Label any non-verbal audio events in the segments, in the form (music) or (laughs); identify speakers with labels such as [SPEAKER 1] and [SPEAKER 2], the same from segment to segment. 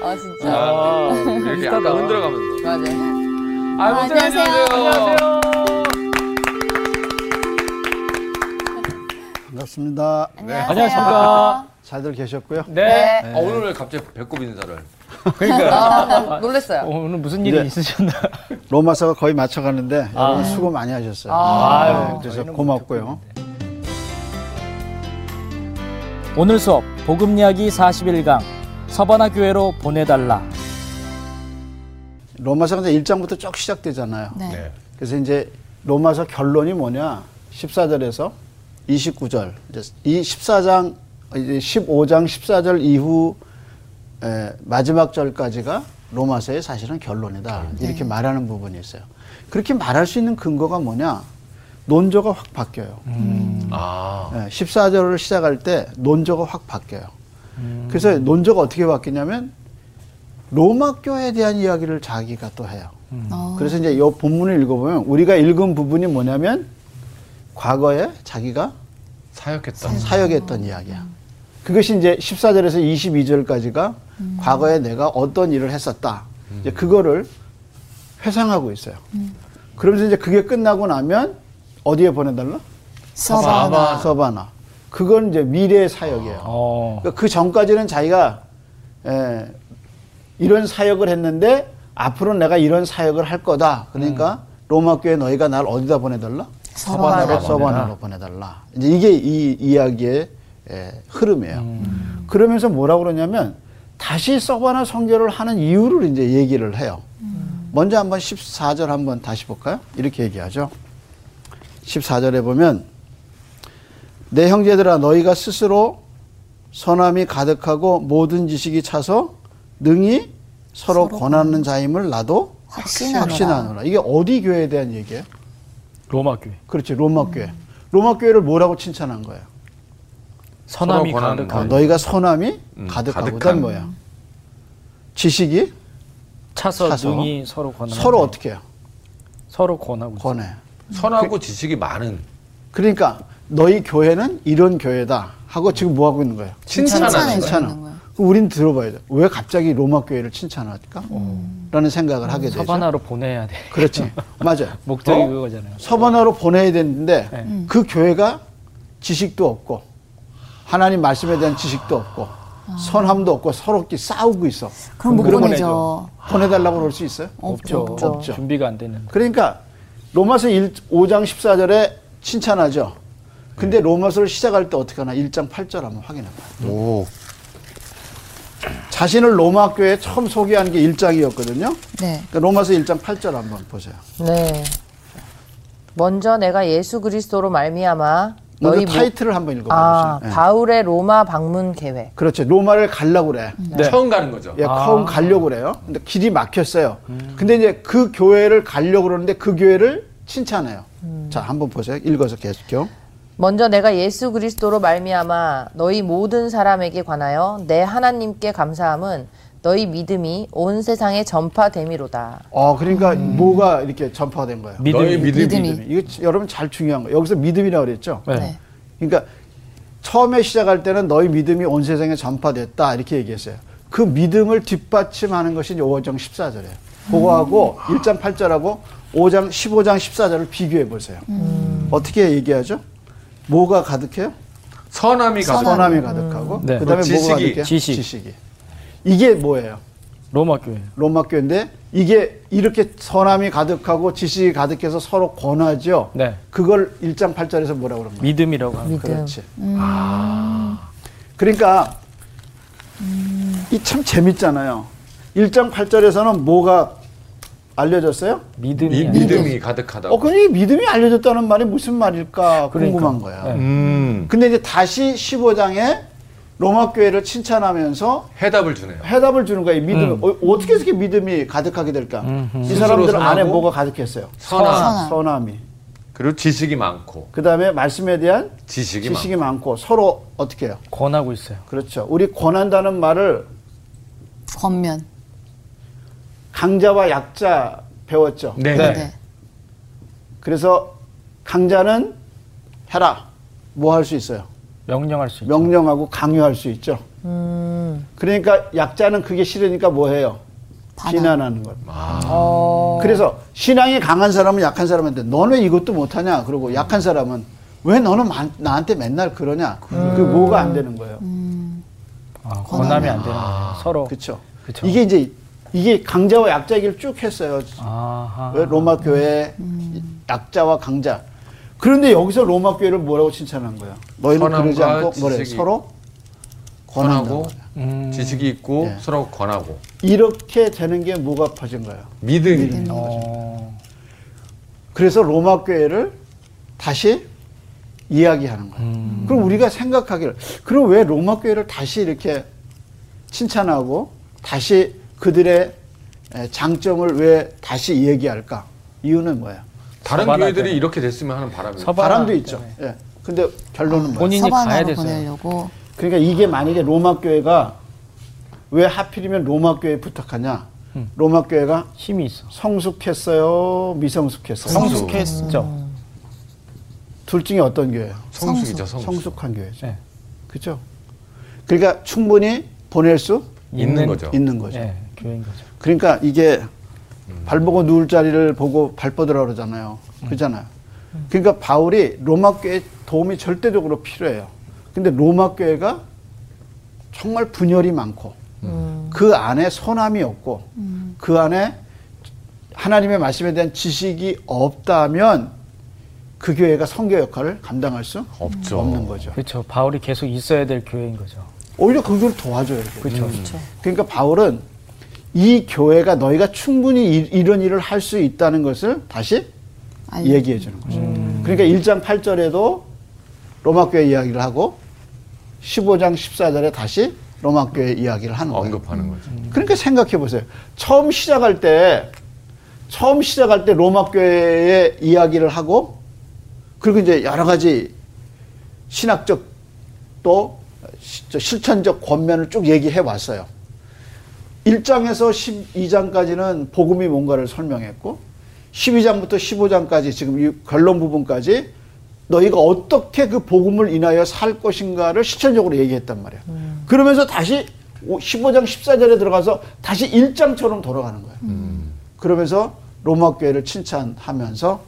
[SPEAKER 1] 아 진짜.
[SPEAKER 2] 아, 이렇게
[SPEAKER 3] 비슷하다.
[SPEAKER 2] 약간 흔들어가면서.
[SPEAKER 1] 맞아요.
[SPEAKER 2] 아,
[SPEAKER 1] 아,
[SPEAKER 2] 목소리
[SPEAKER 1] 안녕하세요.
[SPEAKER 3] 반갑습니다.
[SPEAKER 4] 안녕하십니까.
[SPEAKER 3] 잘들 계셨고요.
[SPEAKER 4] 네.
[SPEAKER 2] 아, 오늘 왜 갑자기 배꼽 인사를?
[SPEAKER 1] 아, 놀랬어요.
[SPEAKER 4] 오늘 무슨 일이
[SPEAKER 3] 네.
[SPEAKER 4] 있으셨나?
[SPEAKER 3] 로마서가 거의 맞춰가는데 여러분 수고 많이 하셨어요.
[SPEAKER 4] 아,
[SPEAKER 3] 네, 그래서 고맙고요.
[SPEAKER 4] (laughs) 오늘 수업 복음 이야기 41강 서바나 교회로 보내달라.
[SPEAKER 3] 로마서가 이제 1장부터 쭉 시작되잖아요.
[SPEAKER 1] 네.
[SPEAKER 3] 그래서 이제 로마서 결론이 뭐냐? 14절에서 29절. 이 14장, 이제 15장 14절 이후 에, 마지막 절까지가 로마서의 사실은 결론이다.
[SPEAKER 4] 네.
[SPEAKER 3] 이렇게 말하는 부분이 있어요. 그렇게 말할 수 있는 근거가 뭐냐? 논조가 확 바뀌어요.
[SPEAKER 4] 음.
[SPEAKER 2] 아,
[SPEAKER 3] 14절을 예, 시작할 때 논조가 확 바뀌어요. 그래서 논조가 어떻게 바뀌냐면 로마 교회에 대한 이야기를 자기가 또 해요.
[SPEAKER 1] 어.
[SPEAKER 3] 그래서 이제 이 본문을 읽어보면 우리가 읽은 부분이 뭐냐면 과거에 자기가
[SPEAKER 2] 사역했다. 음.
[SPEAKER 3] 사역했던 이야기야. 그것이 이제 14절에서 22절까지가
[SPEAKER 2] 음.
[SPEAKER 3] 과거에 내가 어떤 일을 했었다. 이제 그거를 회상하고 있어요.
[SPEAKER 2] 음.
[SPEAKER 3] 그러면서 이제 그게 끝나고 나면 어디에 보내달라?
[SPEAKER 1] 서바나.
[SPEAKER 3] 서바나. 그건 이제 미래의 사역이에요.
[SPEAKER 4] 어.
[SPEAKER 3] 그러니까 그 전까지는 자기가 에, 이런 사역을 했는데 앞으로 내가 이런 사역을 할 거다. 그러니까 로마 교회 너희가 날 어디다 보내달라?
[SPEAKER 1] 서바나.
[SPEAKER 3] 서바나로 보내달라. 이제 이게 이 이야기의 에, 흐름이에요. 그러면서 뭐라고 그러냐면 다시 서바나 선교를 하는 이유를 이제 얘기를 해요. 먼저 한번 14절 한번 다시 볼까요? 이렇게 얘기하죠. 14절에 보면 내 형제들아 너희가 스스로 선함이 가득하고 모든 지식이 차서 능히 서로 권하는 자임을 나도
[SPEAKER 1] 확신하노라.
[SPEAKER 3] 확신하노라. 이게 어디 교회에 대한 얘기예요?
[SPEAKER 4] 로마 교회.
[SPEAKER 3] 그렇지 로마 교회. 로마 교회를 뭐라고 칭찬한 거예요?
[SPEAKER 4] 선함이
[SPEAKER 2] 권하는
[SPEAKER 4] 가득한
[SPEAKER 3] 아,
[SPEAKER 2] 음.
[SPEAKER 3] 너희가 선함이
[SPEAKER 2] 음,
[SPEAKER 3] 가득하고
[SPEAKER 2] 가득한.
[SPEAKER 3] 그다음 뭐야? 지식이
[SPEAKER 4] 차서,
[SPEAKER 3] 차서
[SPEAKER 4] 능히 서로 권하고
[SPEAKER 3] 서로 어떻게 해요?
[SPEAKER 4] 서로 권하고 있어요. 네,
[SPEAKER 3] 권해.
[SPEAKER 2] 선하고 지식이 많은
[SPEAKER 3] 그러니까 너희 교회는 이런 교회다 하고 지금 뭐 하고 있는 거예요?
[SPEAKER 2] 칭찬하는
[SPEAKER 1] 칭찬해.
[SPEAKER 2] 거예요.
[SPEAKER 3] 칭찬하.
[SPEAKER 1] 거예요.
[SPEAKER 3] 그럼 우린 들어봐야 돼. 왜 갑자기 로마 교회를 칭찬할까? 라는 생각을 하게
[SPEAKER 4] 음.
[SPEAKER 3] 되죠.
[SPEAKER 4] 서바나로 보내야 돼.
[SPEAKER 3] 그렇지.
[SPEAKER 4] (laughs)
[SPEAKER 3] 맞아요.
[SPEAKER 4] 목적이
[SPEAKER 2] 어?
[SPEAKER 4] 그거잖아요.
[SPEAKER 3] 서바나로 보내야 되는데
[SPEAKER 4] 네.
[SPEAKER 1] 음.
[SPEAKER 3] 그 교회가 지식도 없고 하나님 말씀에 대한 지식도 없고
[SPEAKER 1] 아.
[SPEAKER 3] 선함도 없고 서로끼리 싸우고 있어.
[SPEAKER 1] 그럼 못
[SPEAKER 4] 그럼
[SPEAKER 1] 보내죠.
[SPEAKER 3] 보내달라고 그럴 수 있어요?
[SPEAKER 1] 없죠. 없죠.
[SPEAKER 3] 없죠.
[SPEAKER 4] 준비가 안 되는.
[SPEAKER 3] 그러니까 로마서 1, 5장 14절에 칭찬하죠. 근데 로마서를 시작할 때 어떻게 하나 1장 8절 한번 확인해 봐요.
[SPEAKER 2] 오, 자신을
[SPEAKER 3] 자신을 로마 학교에 처음 소개한 게 1장이었거든요.
[SPEAKER 1] 네.
[SPEAKER 3] 그러니까 로마서 1장 8절 한번 보세요.
[SPEAKER 5] 네. 먼저 내가 예수 그리스도로 말미암아
[SPEAKER 3] 먼저
[SPEAKER 5] 너희 모-
[SPEAKER 3] 타이틀을 한번 읽어
[SPEAKER 5] 아,
[SPEAKER 3] 봐 보세요. 네.
[SPEAKER 5] 바울의 로마 방문 계획.
[SPEAKER 3] 그렇죠. 로마를 가려고 그래.
[SPEAKER 4] 네.
[SPEAKER 2] 처음 가는 거죠.
[SPEAKER 3] 예, 처음 가려고 그래요. 근데 길이 막혔어요. 근데 이제 그 교회를 가려고 그러는데 그 교회를 칭찬해요. 자, 한번 보세요. 읽어서 계속요.
[SPEAKER 5] 먼저 내가 예수 그리스도로 말미암아 너희 모든 사람에게 관하여 내 하나님께 감사함은 너희 믿음이 온 세상에 전파됨이로다.
[SPEAKER 3] 어, 그러니까 뭐가 이렇게 전파된 거예요?
[SPEAKER 2] 너의
[SPEAKER 4] 믿음이.
[SPEAKER 2] 믿음이.
[SPEAKER 1] 믿음이.
[SPEAKER 3] 믿음이. 이거 지- 여러분 잘 중요한 거예요. 여기서 믿음이라고 그랬죠?
[SPEAKER 4] 네.
[SPEAKER 1] 네.
[SPEAKER 3] 그러니까 처음에 시작할 때는 너희 믿음이 온 세상에 전파됐다 이렇게 얘기했어요. 그 믿음을 뒷받침하는 것이 5장 14절이에요. 그거하고 1장 8절하고 5장 15장 14절을 비교해 보세요.
[SPEAKER 2] 음.
[SPEAKER 3] 어떻게 얘기하죠? 뭐가 가득해요?
[SPEAKER 2] 선함이 가득.
[SPEAKER 3] 선함이 가득하고
[SPEAKER 4] 네.
[SPEAKER 3] 그다음에
[SPEAKER 2] 지식이,
[SPEAKER 3] 뭐가 가득해요?
[SPEAKER 4] 지식.
[SPEAKER 3] 지식이. 이게 뭐예요?
[SPEAKER 4] 로마 교회.
[SPEAKER 3] 로마 교회인데 이게 이렇게 선함이 가득하고 지식이 가득해서 서로 권하죠.
[SPEAKER 4] 네.
[SPEAKER 3] 그걸 1장 8절에서 뭐라고 그런 거예요?
[SPEAKER 4] 믿음이라고 하는.
[SPEAKER 5] 믿음.
[SPEAKER 3] 그렇지. 아. 그러니까 이 참 재밌잖아요. 1장 8절에서는 뭐가 알려졌어요?
[SPEAKER 4] 믿음이.
[SPEAKER 2] 이
[SPEAKER 4] 아니라.
[SPEAKER 2] 믿음이 가득하다고.
[SPEAKER 3] 어, 근데 이 믿음이 알려졌다는 말이 무슨 말일까
[SPEAKER 4] 그러니까.
[SPEAKER 3] 궁금한 거야.
[SPEAKER 4] 네.
[SPEAKER 2] 음,
[SPEAKER 3] 근데 이제 다시 15장에 로마 교회를 칭찬하면서
[SPEAKER 2] 해답을 주네요.
[SPEAKER 3] 해답을 주는 거야. 이 믿음. 어, 떻게 해서 이렇게 믿음이 음. 가득하게 될까? 이
[SPEAKER 2] 스스로
[SPEAKER 3] 사람들 안에
[SPEAKER 2] 선하고
[SPEAKER 3] 뭐가 가득했어요?
[SPEAKER 2] 선함.
[SPEAKER 1] 선함.
[SPEAKER 3] 선함이.
[SPEAKER 2] 그리고 지식이 많고
[SPEAKER 3] 그다음에 말씀에 대한
[SPEAKER 2] 지식이,
[SPEAKER 3] 지식이 많고 서로 어떻게 해요?
[SPEAKER 4] 권하고 있어요.
[SPEAKER 3] 그렇죠. 우리 권한다는 말을
[SPEAKER 1] 겉면.
[SPEAKER 3] 강자와 약자 배웠죠.
[SPEAKER 2] 많고. 네.
[SPEAKER 1] 네.
[SPEAKER 3] 그래서 강자는 해라. 뭐 할 수 있어요?
[SPEAKER 4] 명령할 수 있죠.
[SPEAKER 3] 명령하고 강요할 수 있죠. 그러니까 약자는 그게 싫으니까 뭐 해요?
[SPEAKER 1] 반항.
[SPEAKER 3] 비난하는 걸.
[SPEAKER 2] 아,
[SPEAKER 5] 어.
[SPEAKER 3] 그래서 신앙이 강한 사람은 약한 사람한테 너는 이것도 못하냐? 그러고 약한 사람은 왜 너는 마- 나한테 맨날 그러냐? 그
[SPEAKER 1] 음.
[SPEAKER 3] 뭐가 안 되는 거예요.
[SPEAKER 4] 아, 권함이 안 되는 거예요. 서로.
[SPEAKER 3] 그렇죠.
[SPEAKER 4] 그쵸.
[SPEAKER 3] 이게 이제 이게 강자와 약자 얘기를 쭉 했어요.
[SPEAKER 4] 아하.
[SPEAKER 3] 왜 로마 교회
[SPEAKER 1] 음.
[SPEAKER 3] 약자와 강자. 그런데 여기서 로마 교회를 뭐라고 칭찬한 거야? 너희는
[SPEAKER 2] 선함과
[SPEAKER 3] 그러지 않고 뭐래?
[SPEAKER 2] 지식이
[SPEAKER 3] 서로
[SPEAKER 2] 권하고
[SPEAKER 3] 권한다고. 그래요.
[SPEAKER 4] 음.
[SPEAKER 2] 지식이 있고
[SPEAKER 3] 예.
[SPEAKER 2] 서로 권하고
[SPEAKER 3] 이렇게 되는 게 뭐가 퍼진 거예요?
[SPEAKER 2] 믿음이
[SPEAKER 4] 어.
[SPEAKER 3] 그래서 로마 교회를 다시 이야기하는 거예요. 그럼 우리가 생각하기를 그럼 왜 로마 교회를 다시 이렇게 칭찬하고 다시 그들의 에, 장점을 왜 다시 얘기할까? 이유는 뭐예요?
[SPEAKER 2] 다른
[SPEAKER 4] 서반할
[SPEAKER 2] 교회들이
[SPEAKER 4] 때는.
[SPEAKER 2] 이렇게 됐으면 하는 바람이
[SPEAKER 4] 서반-
[SPEAKER 3] 바람도 있죠. 예. 근데 결론은 뭐예요?
[SPEAKER 4] 본인이 가야
[SPEAKER 1] 서반으로
[SPEAKER 4] 돼서.
[SPEAKER 1] 보내려고
[SPEAKER 3] 그러니까 이게 만약에 로마 교회가 왜 하필이면 로마 교회에 부탁하냐? 로마 교회가
[SPEAKER 4] 힘이 있어.
[SPEAKER 3] 성숙했어요, 미성숙했어요.
[SPEAKER 2] 성숙.
[SPEAKER 4] 성숙했죠.
[SPEAKER 3] 둘 중에 어떤 교회예요?
[SPEAKER 2] 성숙이죠 성숙,
[SPEAKER 3] 성숙한 교회죠.
[SPEAKER 4] 네.
[SPEAKER 3] 그죠? 그러니까 충분히 보낼 수
[SPEAKER 2] 있는 거죠 네.
[SPEAKER 3] 있는 거죠.
[SPEAKER 4] 예, 교인 거죠.
[SPEAKER 3] 그러니까 이게 발보고 누울 자리를 보고 발뻗으라 그러잖아요.
[SPEAKER 2] 음.
[SPEAKER 3] 그잖아요. 그러니까 바울이 로마 교회 도움이 절대적으로 필요해요. 근데 로마 교회가 정말 분열이 많고 그 안에 선함이 없고 그 안에 하나님의 말씀에 대한 지식이 없다면 그 교회가 성교 역할을 감당할 수
[SPEAKER 2] 없죠.
[SPEAKER 3] 없는 거죠.
[SPEAKER 4] 그렇죠. 바울이 계속 있어야 될 교회인 거죠.
[SPEAKER 3] 오히려 그걸 도와줘야 돼요.
[SPEAKER 4] 그렇죠.
[SPEAKER 3] 그러니까 바울은 이 교회가 너희가 충분히 이, 런 일을 할 수 있다는 것을 다시
[SPEAKER 1] 알려-
[SPEAKER 3] 얘기해 주는 거죠.
[SPEAKER 4] 음.
[SPEAKER 3] 그러니까 1장 8절에도 로마 교회 이야기를 하고 15장 14절에 다시 로마 교회 이야기를 하는 거예요.
[SPEAKER 2] 언급하는 거죠
[SPEAKER 3] 그러니까 생각해 보세요. 처음 시작할 때 처음 시작할 때 로마 교회의 이야기를 하고 그리고 이제 여러 가지 신학적 또 시- 저 실천적 권면을 쭉 얘기해 왔어요. 1장에서 12장까지는 복음이 뭔가를 설명했고 12장부터 15장까지 지금 이 결론 부분까지 너희가 어떻게 그 복음을 인하여 살 것인가를 실천적으로 얘기했단 말이에요. 그러면서 다시 15장 14절에 들어가서 다시 1장처럼 돌아가는 거예요. 그러면서 로마 교회를 칭찬하면서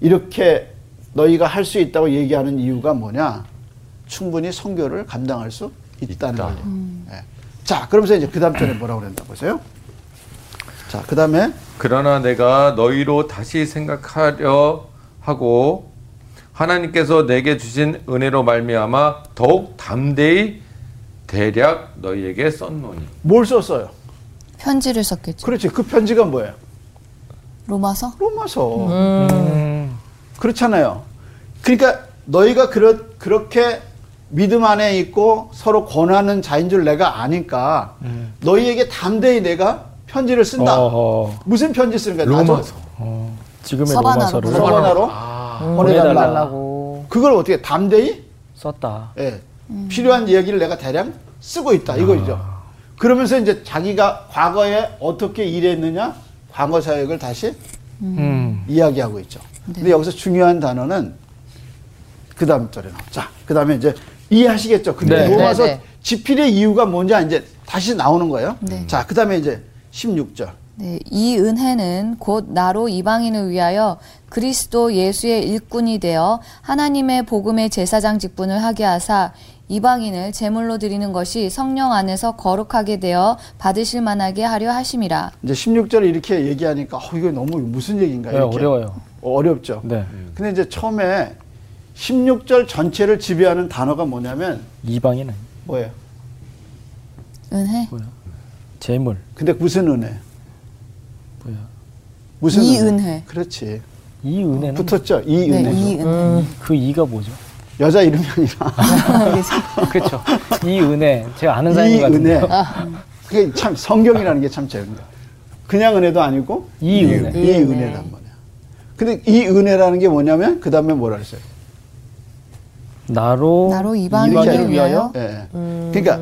[SPEAKER 3] 이렇게 너희가 할 수 있다고 얘기하는 이유가 뭐냐? 충분히 선교를 감당할 수 있다는
[SPEAKER 2] 있다.
[SPEAKER 3] 거예요. 예. 자, 그러면서 이제 그 다음 절에 뭐라고 그랬나 보세요. 자, 그 다음에
[SPEAKER 2] 그러나 내가 너희로 다시 생각하려 하고 하나님께서 내게 주신 은혜로 말미암아 더욱 담대히 대략 너희에게 썼노니
[SPEAKER 3] 뭘 썼어요?
[SPEAKER 1] 편지를 썼겠죠.
[SPEAKER 3] 그렇지. 그 편지가 뭐예요?
[SPEAKER 1] 로마서?
[SPEAKER 3] 로마서.
[SPEAKER 4] 음.
[SPEAKER 3] 그렇잖아요. 그러니까 너희가 그렇, 그렇게 믿음 안에 있고 서로 권하는 자인 줄 내가 아니까 너희에게 담대히 내가 편지를 쓴다.
[SPEAKER 4] 음. 어허.
[SPEAKER 3] 무슨 편지 쓰는 거야?
[SPEAKER 2] 로마서
[SPEAKER 4] 어, 지금의
[SPEAKER 1] 서반하로
[SPEAKER 4] 로마서를 아.
[SPEAKER 3] 나도 서번하로 보내달라고.
[SPEAKER 4] 보내달라고
[SPEAKER 3] 그걸 어떻게 담대히
[SPEAKER 4] 썼다.
[SPEAKER 3] 예, 필요한 얘기를 내가 대량 쓰고
[SPEAKER 4] 아.
[SPEAKER 3] 있다 이거죠. 그러면서 이제 자기가 과거에 어떻게 일했느냐 과거 사역을 다시
[SPEAKER 4] 음.
[SPEAKER 3] 이야기하고 있죠.
[SPEAKER 1] 네.
[SPEAKER 3] 근데 여기서 중요한 단어는 그 다음 절에 나와. 자, 그 다음에 이제 이해하시겠죠. 근데
[SPEAKER 4] 네.
[SPEAKER 3] 로마서
[SPEAKER 5] 네, 네.
[SPEAKER 3] 지필의 이유가 뭔지 아, 이제 다시 나오는 거예요.
[SPEAKER 1] 네.
[SPEAKER 3] 자, 그 다음에 이제 16절.
[SPEAKER 1] 네, 이 은혜는 곧 나로 이방인을 위하여 그리스도 예수의 일꾼이 되어 하나님의 복음의 제사장 직분을 하게 하사 이방인을 제물로 드리는 것이 성령 안에서 거룩하게 되어 받으실 만하게 하려 하심이라.
[SPEAKER 3] 이제 16절 이렇게 얘기하니까 어, 이거 너무 무슨 얘기인가
[SPEAKER 4] 네,
[SPEAKER 3] 이렇게
[SPEAKER 4] 어려워요.
[SPEAKER 3] 어렵죠.
[SPEAKER 4] 네.
[SPEAKER 3] 근데 이제 처음에 16절 전체를 지배하는 단어가 뭐냐면
[SPEAKER 4] 이방인은
[SPEAKER 3] 뭐예요?
[SPEAKER 1] 은혜.
[SPEAKER 4] 재물.
[SPEAKER 3] 근데 무슨 은혜?
[SPEAKER 4] 뭐야?
[SPEAKER 3] 무슨
[SPEAKER 1] 이 은혜.
[SPEAKER 3] 그렇지.
[SPEAKER 4] 이 은혜는
[SPEAKER 3] 붙었죠. 이
[SPEAKER 1] 네,
[SPEAKER 3] 은혜.
[SPEAKER 1] 이 은혜.
[SPEAKER 4] 그 이가
[SPEAKER 3] (laughs)
[SPEAKER 4] 뭐죠?
[SPEAKER 3] 여자 이름이 아니라
[SPEAKER 1] (laughs)
[SPEAKER 4] 그렇죠. 이 은혜. 제가 아는 사람인
[SPEAKER 3] 이
[SPEAKER 4] 것
[SPEAKER 3] 은혜.
[SPEAKER 4] 같은데.
[SPEAKER 3] 그게 참 성경이라는 게 참 재밌는 거야. 그냥 은혜도 아니고
[SPEAKER 4] 이 은혜.
[SPEAKER 3] 이 은혜란 말이야. 근데 이 은혜라는 게 뭐냐면 그 다음에 뭐라 그랬어요?
[SPEAKER 4] 나로
[SPEAKER 1] 나로
[SPEAKER 3] 이방인을
[SPEAKER 1] 이방인을 위하여
[SPEAKER 3] 예, 예. 그러니까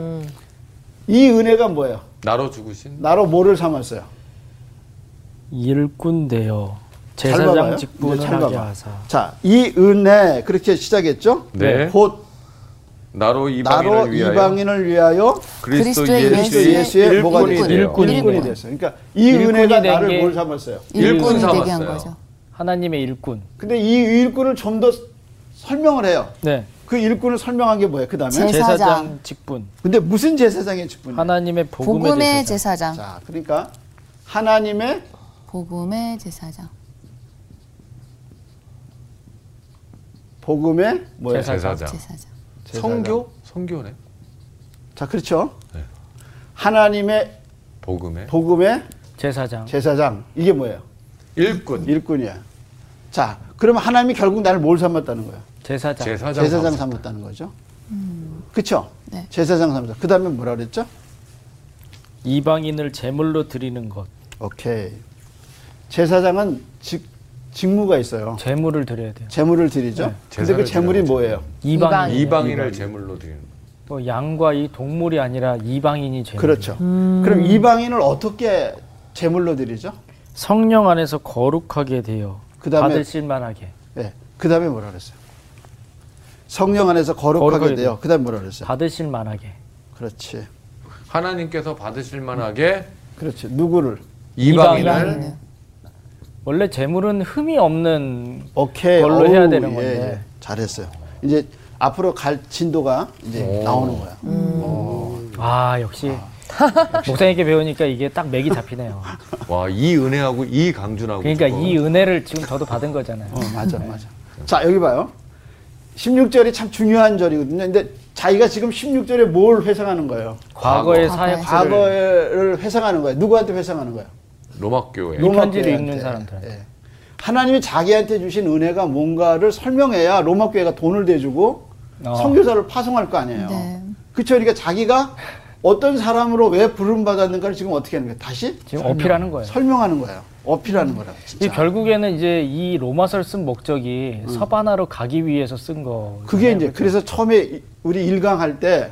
[SPEAKER 3] 이 은혜가 뭐예요?
[SPEAKER 2] 나로 죽으신
[SPEAKER 3] 나로 뭐를 삼았어요?
[SPEAKER 4] 일꾼 되어
[SPEAKER 3] 잘 봐봐요.
[SPEAKER 4] 제사장
[SPEAKER 3] 이제
[SPEAKER 4] 직분을
[SPEAKER 3] 잘
[SPEAKER 4] 하게
[SPEAKER 3] 봐봐.
[SPEAKER 4] 하사.
[SPEAKER 3] 자, 이 은혜 그렇게 시작했죠?
[SPEAKER 2] 네.
[SPEAKER 3] 곧
[SPEAKER 2] 나로 이방인을
[SPEAKER 3] 나로
[SPEAKER 2] 위하여
[SPEAKER 3] 이방인을 위하여
[SPEAKER 2] 그리스도
[SPEAKER 1] 그리스도
[SPEAKER 2] 예수의,
[SPEAKER 1] 예수의
[SPEAKER 3] 예수의 뭐가
[SPEAKER 2] 일꾼이
[SPEAKER 3] 됐어요?
[SPEAKER 2] 되어
[SPEAKER 4] 일꾼이
[SPEAKER 3] 일꾼이
[SPEAKER 4] 되어.
[SPEAKER 3] 됐어요. 그러니까 이
[SPEAKER 4] 일꾼이
[SPEAKER 3] 은혜가
[SPEAKER 4] 된
[SPEAKER 3] 나를
[SPEAKER 4] 게-
[SPEAKER 3] 뭘 삼았어요?
[SPEAKER 1] 일꾼이
[SPEAKER 2] 일꾼
[SPEAKER 1] 되게 한
[SPEAKER 2] 삼았어요.
[SPEAKER 1] 거죠.
[SPEAKER 4] 하나님의 일꾼.
[SPEAKER 3] 근데 이 일꾼을 좀 더 설명을 해요.
[SPEAKER 4] 네.
[SPEAKER 3] 그 일꾼을 설명한 게 뭐예요? 그 다음에
[SPEAKER 1] 제- 제사장.
[SPEAKER 4] 제사장 직분.
[SPEAKER 3] 근데 무슨 제사장의 직분이에요?
[SPEAKER 4] 하나님의 복음의,
[SPEAKER 1] 복음의
[SPEAKER 4] 제사장.
[SPEAKER 1] 제사장.
[SPEAKER 3] 자, 그러니까 하나님의
[SPEAKER 1] 복음의 제사장.
[SPEAKER 3] 복음의 뭐예요?
[SPEAKER 4] 제사-
[SPEAKER 2] 제사장.
[SPEAKER 1] 제사장.
[SPEAKER 3] 제사장.
[SPEAKER 2] 성교? 성교네.
[SPEAKER 3] 자, 그렇죠. 하나님의
[SPEAKER 2] 복음의
[SPEAKER 3] 복음의
[SPEAKER 4] 제사장.
[SPEAKER 3] 제사장 이게 뭐예요?
[SPEAKER 2] 일꾼.
[SPEAKER 3] 일꾼이야. 자, 그러면 하나님이 결국 나를 뭘 삼았다는 거예요?
[SPEAKER 4] 제사장.
[SPEAKER 2] 제사장.
[SPEAKER 3] 제사장
[SPEAKER 2] 삼-
[SPEAKER 3] 삼았다는 거죠. 그렇죠.
[SPEAKER 1] 네.
[SPEAKER 3] 제사장 삼았다. 그다음에 뭐라 그랬죠?
[SPEAKER 4] 이방인을 제물로 드리는 것.
[SPEAKER 3] 오케이. 제사장은 직, 직무가 있어요.
[SPEAKER 4] 제물을 드려야 돼요.
[SPEAKER 3] 재물을 드리죠. 근데 그
[SPEAKER 2] 제사를
[SPEAKER 3] 재물이
[SPEAKER 2] 드려야죠.
[SPEAKER 3] 뭐예요?
[SPEAKER 4] 이방인.
[SPEAKER 2] 이방인을 제물로 드리는. 거예요.
[SPEAKER 4] 또 양과 이 동물이 아니라 이방인이 제물.
[SPEAKER 3] 그렇죠. 그럼 이방인을 어떻게 재물로 드리죠?
[SPEAKER 4] 성령 안에서 거룩하게 되어
[SPEAKER 3] 그다음에-
[SPEAKER 4] 받으실 만하게.
[SPEAKER 3] 예. 그다음에 뭐라 그랬어요? 성령 안에서 거룩하게,
[SPEAKER 4] 거룩하게
[SPEAKER 3] 돼요. 그다음에 뭐라 그랬어요?
[SPEAKER 4] 받으실 만하게.
[SPEAKER 3] 그렇지.
[SPEAKER 2] 하나님께서 받으실 만하게
[SPEAKER 3] 그렇지. 누구를?
[SPEAKER 2] 이방인을
[SPEAKER 1] 이방인을.
[SPEAKER 4] 원래 재물은 흠이 없는
[SPEAKER 3] 오케이.
[SPEAKER 4] 걸로
[SPEAKER 3] 어우,
[SPEAKER 4] 해야 되는
[SPEAKER 3] 예,
[SPEAKER 4] 건데.
[SPEAKER 3] 예. 잘했어요. 이제 앞으로 갈 진도가 이제 나오는 거야. 어,
[SPEAKER 4] 아 역시 목사님께 배우니까 이게 딱 맥이
[SPEAKER 3] (laughs)
[SPEAKER 4] 잡히네요.
[SPEAKER 2] 와 이 은혜하고 이 강준하고
[SPEAKER 4] 그러니까
[SPEAKER 2] 저거.
[SPEAKER 4] 이 은혜를 지금 저도 받은 거잖아요.
[SPEAKER 3] 뭐. 어, 맞아, 맞아. 자, 여기 봐요. 16절이 참 중요한 절이거든요. 근데 자기가 지금 16절에 뭘 회상하는 거예요?
[SPEAKER 4] 과거의
[SPEAKER 1] 과거.
[SPEAKER 4] 사역 과거의
[SPEAKER 3] 과거를 회상하는 거예요. 누구한테 회상하는 거예요?
[SPEAKER 2] 로마 교회
[SPEAKER 4] 이 편지를
[SPEAKER 3] 교회한테.
[SPEAKER 4] 읽는 사람들한테.
[SPEAKER 3] 예. 하나님이 자기한테 주신 은혜가 뭔가를 설명해야 로마 교회가 돈을 대주고
[SPEAKER 4] 어.
[SPEAKER 3] 선교사를 파송할 거 아니에요.
[SPEAKER 1] 네.
[SPEAKER 3] 그렇죠. 그러니까 자기가 어떤 사람으로 왜 부름 받았는가를 지금 어떻게 하는 거예요? 다시
[SPEAKER 4] 지금 어필하는 거예요.
[SPEAKER 3] 설명하는 거예요. 어필하는 거라고.
[SPEAKER 4] 이
[SPEAKER 3] 진짜.
[SPEAKER 4] 결국에는 이제 이 로마서를 쓴 목적이 서바나로 가기 위해서 쓴 거.
[SPEAKER 3] 음. 그게 이제 그래서 처음에 이- 우리 일강할 때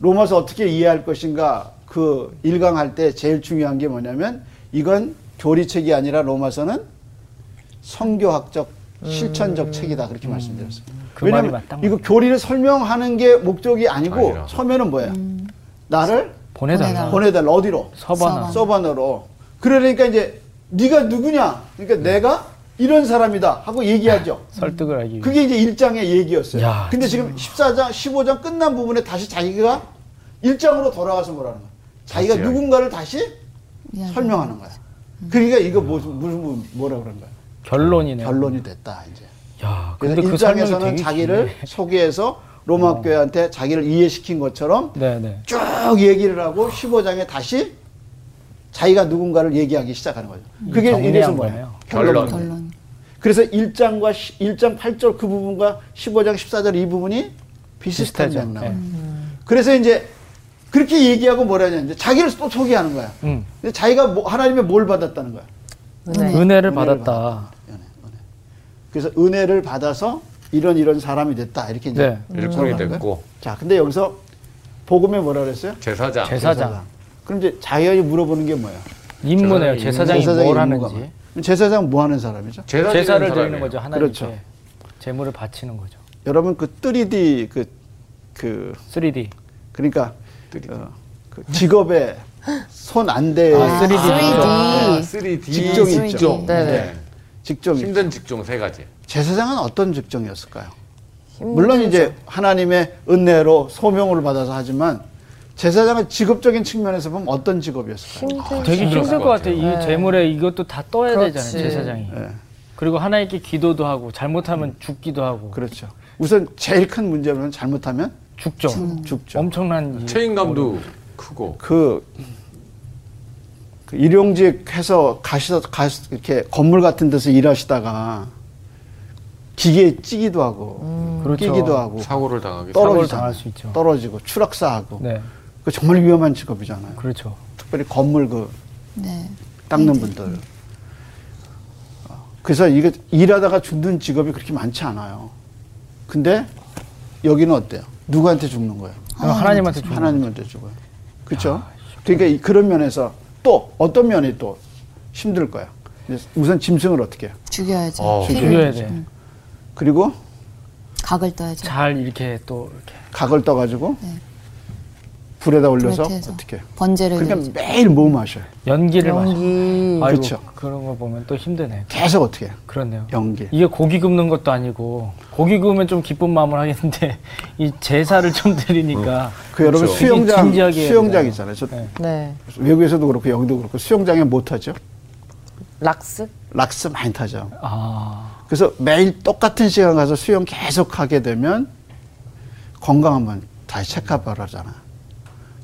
[SPEAKER 3] 로마서 어떻게 이해할 것인가 그 일강할 때 제일 중요한 게 뭐냐면 이건 교리책이 아니라 로마서는 성교학적 실천적 책이다 그렇게 말씀드렸어요.
[SPEAKER 4] 음. 그 말이
[SPEAKER 3] 왜냐면
[SPEAKER 4] 맞단 말이에요.
[SPEAKER 3] 이거 교리를 설명하는 게 목적이 아니고
[SPEAKER 2] 아니라.
[SPEAKER 3] 처음에는 뭐예요? 나를
[SPEAKER 4] 보내달라.
[SPEAKER 3] 보내달라 어디로?
[SPEAKER 4] 서바나.
[SPEAKER 3] 서반으로. 그러니까 이제 네가 누구냐? 그러니까 내가 이런 사람이다 하고 얘기하죠.
[SPEAKER 4] 설득을 하기 위해.
[SPEAKER 3] 그게 이제 1장의 얘기였어요.
[SPEAKER 4] 음. 야,
[SPEAKER 3] 근데 지금 14장, 15장 끝난 부분에 다시 자기가 1장으로 돌아가서 뭐라는 거야. 자기가
[SPEAKER 2] 다시
[SPEAKER 3] 누군가를 다시
[SPEAKER 1] 이야기.
[SPEAKER 3] 설명하는 거야.
[SPEAKER 2] 음.
[SPEAKER 3] 그러니까 이거 무슨, 무슨 뭐라 그런 거야.
[SPEAKER 4] 결론이네.
[SPEAKER 3] 결론이 됐다, 이제.
[SPEAKER 4] 야, 근데
[SPEAKER 3] 그래서
[SPEAKER 4] 그 설명이 되게 어.
[SPEAKER 3] 1장에서는 자기를 소개해서 로마 교회한테 자기를 이해시킨 것처럼
[SPEAKER 4] 네, 네.
[SPEAKER 3] 쭉 얘기를 하고 15장에 다시 자기가 누군가를 얘기하기 시작하는 거죠. 그게
[SPEAKER 4] 음. 정리한
[SPEAKER 3] 이래서
[SPEAKER 4] 거네요.
[SPEAKER 3] 뭐예요?
[SPEAKER 2] 결론.
[SPEAKER 1] 결론.
[SPEAKER 3] 그래서 1장과 1장 8절 그 부분과 15장 14절 이 부분이 비슷한
[SPEAKER 4] 비슷하죠.
[SPEAKER 3] 맥락.
[SPEAKER 4] 네.
[SPEAKER 3] 그래서 이제 그렇게 얘기하고 뭐라 하냐면 자기를 또 소개하는 거야.
[SPEAKER 4] 음.
[SPEAKER 3] 근데 자기가 뭐, 하나님의 뭘 받았다는 거야. 음.
[SPEAKER 5] 은혜.
[SPEAKER 4] 은혜를
[SPEAKER 3] 은혜를
[SPEAKER 4] 받았다.
[SPEAKER 3] 은혜, 은혜. 그래서 은혜를 받아서 이런 이런 사람이 됐다. 이렇게 이제
[SPEAKER 4] 네.
[SPEAKER 2] 일꾼이
[SPEAKER 3] 들어가는 거야.
[SPEAKER 2] 됐고
[SPEAKER 3] 자, 근데 여기서 복음에 뭐라 그랬어요?
[SPEAKER 2] 제사장
[SPEAKER 4] 제사장.
[SPEAKER 3] 그럼 이제 자연히 물어보는 게 뭐예요?
[SPEAKER 4] 임무네요. 제사장이 뭘
[SPEAKER 3] 임무가
[SPEAKER 4] 하는지.
[SPEAKER 3] 뭐야? 제사장 뭐 하는 사람이죠?
[SPEAKER 2] 제사
[SPEAKER 4] 제사를
[SPEAKER 2] 지내는
[SPEAKER 4] 드리는
[SPEAKER 2] 사람이에요.
[SPEAKER 4] 거죠. 하나님께.
[SPEAKER 3] 그렇죠.
[SPEAKER 4] 제물을 바치는 거죠.
[SPEAKER 3] 여러분 그 3D 그 그,
[SPEAKER 4] 3D.
[SPEAKER 3] 그러니까 어, 그 직업에 손 안 대.
[SPEAKER 4] 아, 3D.
[SPEAKER 1] 3D.
[SPEAKER 2] 아, 3D
[SPEAKER 3] 직종이
[SPEAKER 1] 있죠.
[SPEAKER 5] 네, 네.
[SPEAKER 3] 직종이
[SPEAKER 2] 힘든 직종 세 가지.
[SPEAKER 3] 제사장은 어떤 직종이었을까요? 물론 이제 하나님의 은혜로 소명을 받아서 하지만 제사장은 직업적인 측면에서 보면 어떤
[SPEAKER 4] 음.
[SPEAKER 3] 직업이었을까요?
[SPEAKER 5] 힘든
[SPEAKER 4] 되게
[SPEAKER 2] 힘들었을
[SPEAKER 4] 힘들 것
[SPEAKER 2] 것
[SPEAKER 4] 같아요.
[SPEAKER 2] 같아요.
[SPEAKER 3] 네.
[SPEAKER 4] 이 재물에 이것도 다 떠야
[SPEAKER 5] 그렇지.
[SPEAKER 4] 되잖아요. 제사장이.
[SPEAKER 3] 예,
[SPEAKER 4] 그리고 하나님께 기도도 하고 잘못하면 죽기도 하고
[SPEAKER 3] 음. 그렇죠. 우선 제일 큰 문제는 잘못하면
[SPEAKER 4] 죽죠.
[SPEAKER 3] 죽죠.
[SPEAKER 4] 엄청난 이-
[SPEAKER 2] 책임감도 크고
[SPEAKER 3] 그, 그 일용직 해서 가시다 가 이렇게 건물 같은 데서 일하시다가 기계에 찌기도 하고
[SPEAKER 4] 그렇죠.
[SPEAKER 3] 끼기도 하고
[SPEAKER 2] 사고를 당하게
[SPEAKER 4] 떨어- 사고를
[SPEAKER 3] 떨어지잖아요.
[SPEAKER 4] 당할 수 있죠.
[SPEAKER 3] 떨어지고 추락사하고
[SPEAKER 4] 네.
[SPEAKER 3] 그 정말 위험한 직업이잖아요.
[SPEAKER 4] 그렇죠.
[SPEAKER 3] 특별히 건물 그
[SPEAKER 1] 네.
[SPEAKER 3] 닦는 분들. 어, 그래서 이게 일하다가 죽는 직업이 그렇게 많지 않아요. 근데 여기는 어때요? 누구한테 죽는 거예요?
[SPEAKER 4] 그럼 하나님한테 죽는 아,
[SPEAKER 3] 하나님한테 죽어요. 그렇죠? 그러니까 이- 그런 면에서 또 어떤 면이 또 힘들 거예요. 이제 우선 짐승을 어떻게 해요?
[SPEAKER 1] 죽여야죠.
[SPEAKER 2] 어,
[SPEAKER 1] 피를.
[SPEAKER 4] 죽여야 돼.
[SPEAKER 3] 그리고
[SPEAKER 1] 각을 떠야죠.
[SPEAKER 4] 잘 이렇게 또 이렇게
[SPEAKER 3] 각을 떠가지고
[SPEAKER 1] 네.
[SPEAKER 3] 불에다 올려서
[SPEAKER 1] 브레트에서.
[SPEAKER 3] 어떻게?
[SPEAKER 1] 번제를
[SPEAKER 3] 그러니까
[SPEAKER 1] 드리죠.
[SPEAKER 3] 매일 무마셔요.
[SPEAKER 4] 연기를 마셔.
[SPEAKER 5] 연기
[SPEAKER 4] 아이고
[SPEAKER 3] 그쵸.
[SPEAKER 4] 그런 거 보면 또 힘드네.
[SPEAKER 3] 계속 어떻게? 해요?
[SPEAKER 4] 그렇네요.
[SPEAKER 3] 연기.
[SPEAKER 4] 이게 고기 굽는 것도 아니고 고기 굽으면 좀 기쁜 마음을 하겠는데 (laughs) 이 제사를 좀 드리니까
[SPEAKER 3] 그 여러분
[SPEAKER 2] 그렇죠.
[SPEAKER 3] 수영장
[SPEAKER 4] 진지하게 해야
[SPEAKER 3] 수영장
[SPEAKER 4] 되잖아요.
[SPEAKER 3] 있잖아요. 저
[SPEAKER 4] 네.
[SPEAKER 5] 네
[SPEAKER 3] 외국에서도 그렇고 여기도 그렇고 수영장에 못 하죠.
[SPEAKER 5] 락스
[SPEAKER 3] 락스 많이 타죠.
[SPEAKER 4] 아
[SPEAKER 3] 그래서 매일 똑같은 시간 가서 수영 계속 하게 되면 건강 한번 다시 체크업 하잖아.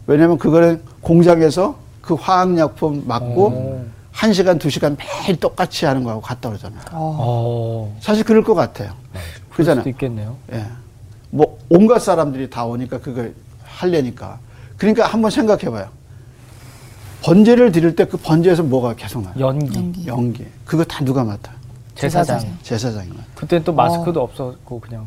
[SPEAKER 3] 왜냐면 그거는 공장에서 그 화학약품 맞고
[SPEAKER 4] 오.
[SPEAKER 3] 한시간두시간 매일 똑같이 하는 거하고 같다 그러잖아.
[SPEAKER 4] 어.
[SPEAKER 3] 사실 그럴 것 같아요.
[SPEAKER 4] 네, 그럴
[SPEAKER 3] 그잖아.
[SPEAKER 4] 수도 있겠네요.
[SPEAKER 3] 예. 뭐 온갖 사람들이 다 오니까 그걸 하려니까. 그러니까 한번 생각해 봐요. 번제를 드릴 때 그 번제에서 뭐가 계속 나요?
[SPEAKER 4] 연기,
[SPEAKER 1] 연기.
[SPEAKER 3] 연기. 그거 다 누가 맡아? 요
[SPEAKER 4] 제사장. 어.
[SPEAKER 1] 제사장.
[SPEAKER 3] 제사장이 맡아. 요
[SPEAKER 4] 그때는 또 마스크도 없었고 그냥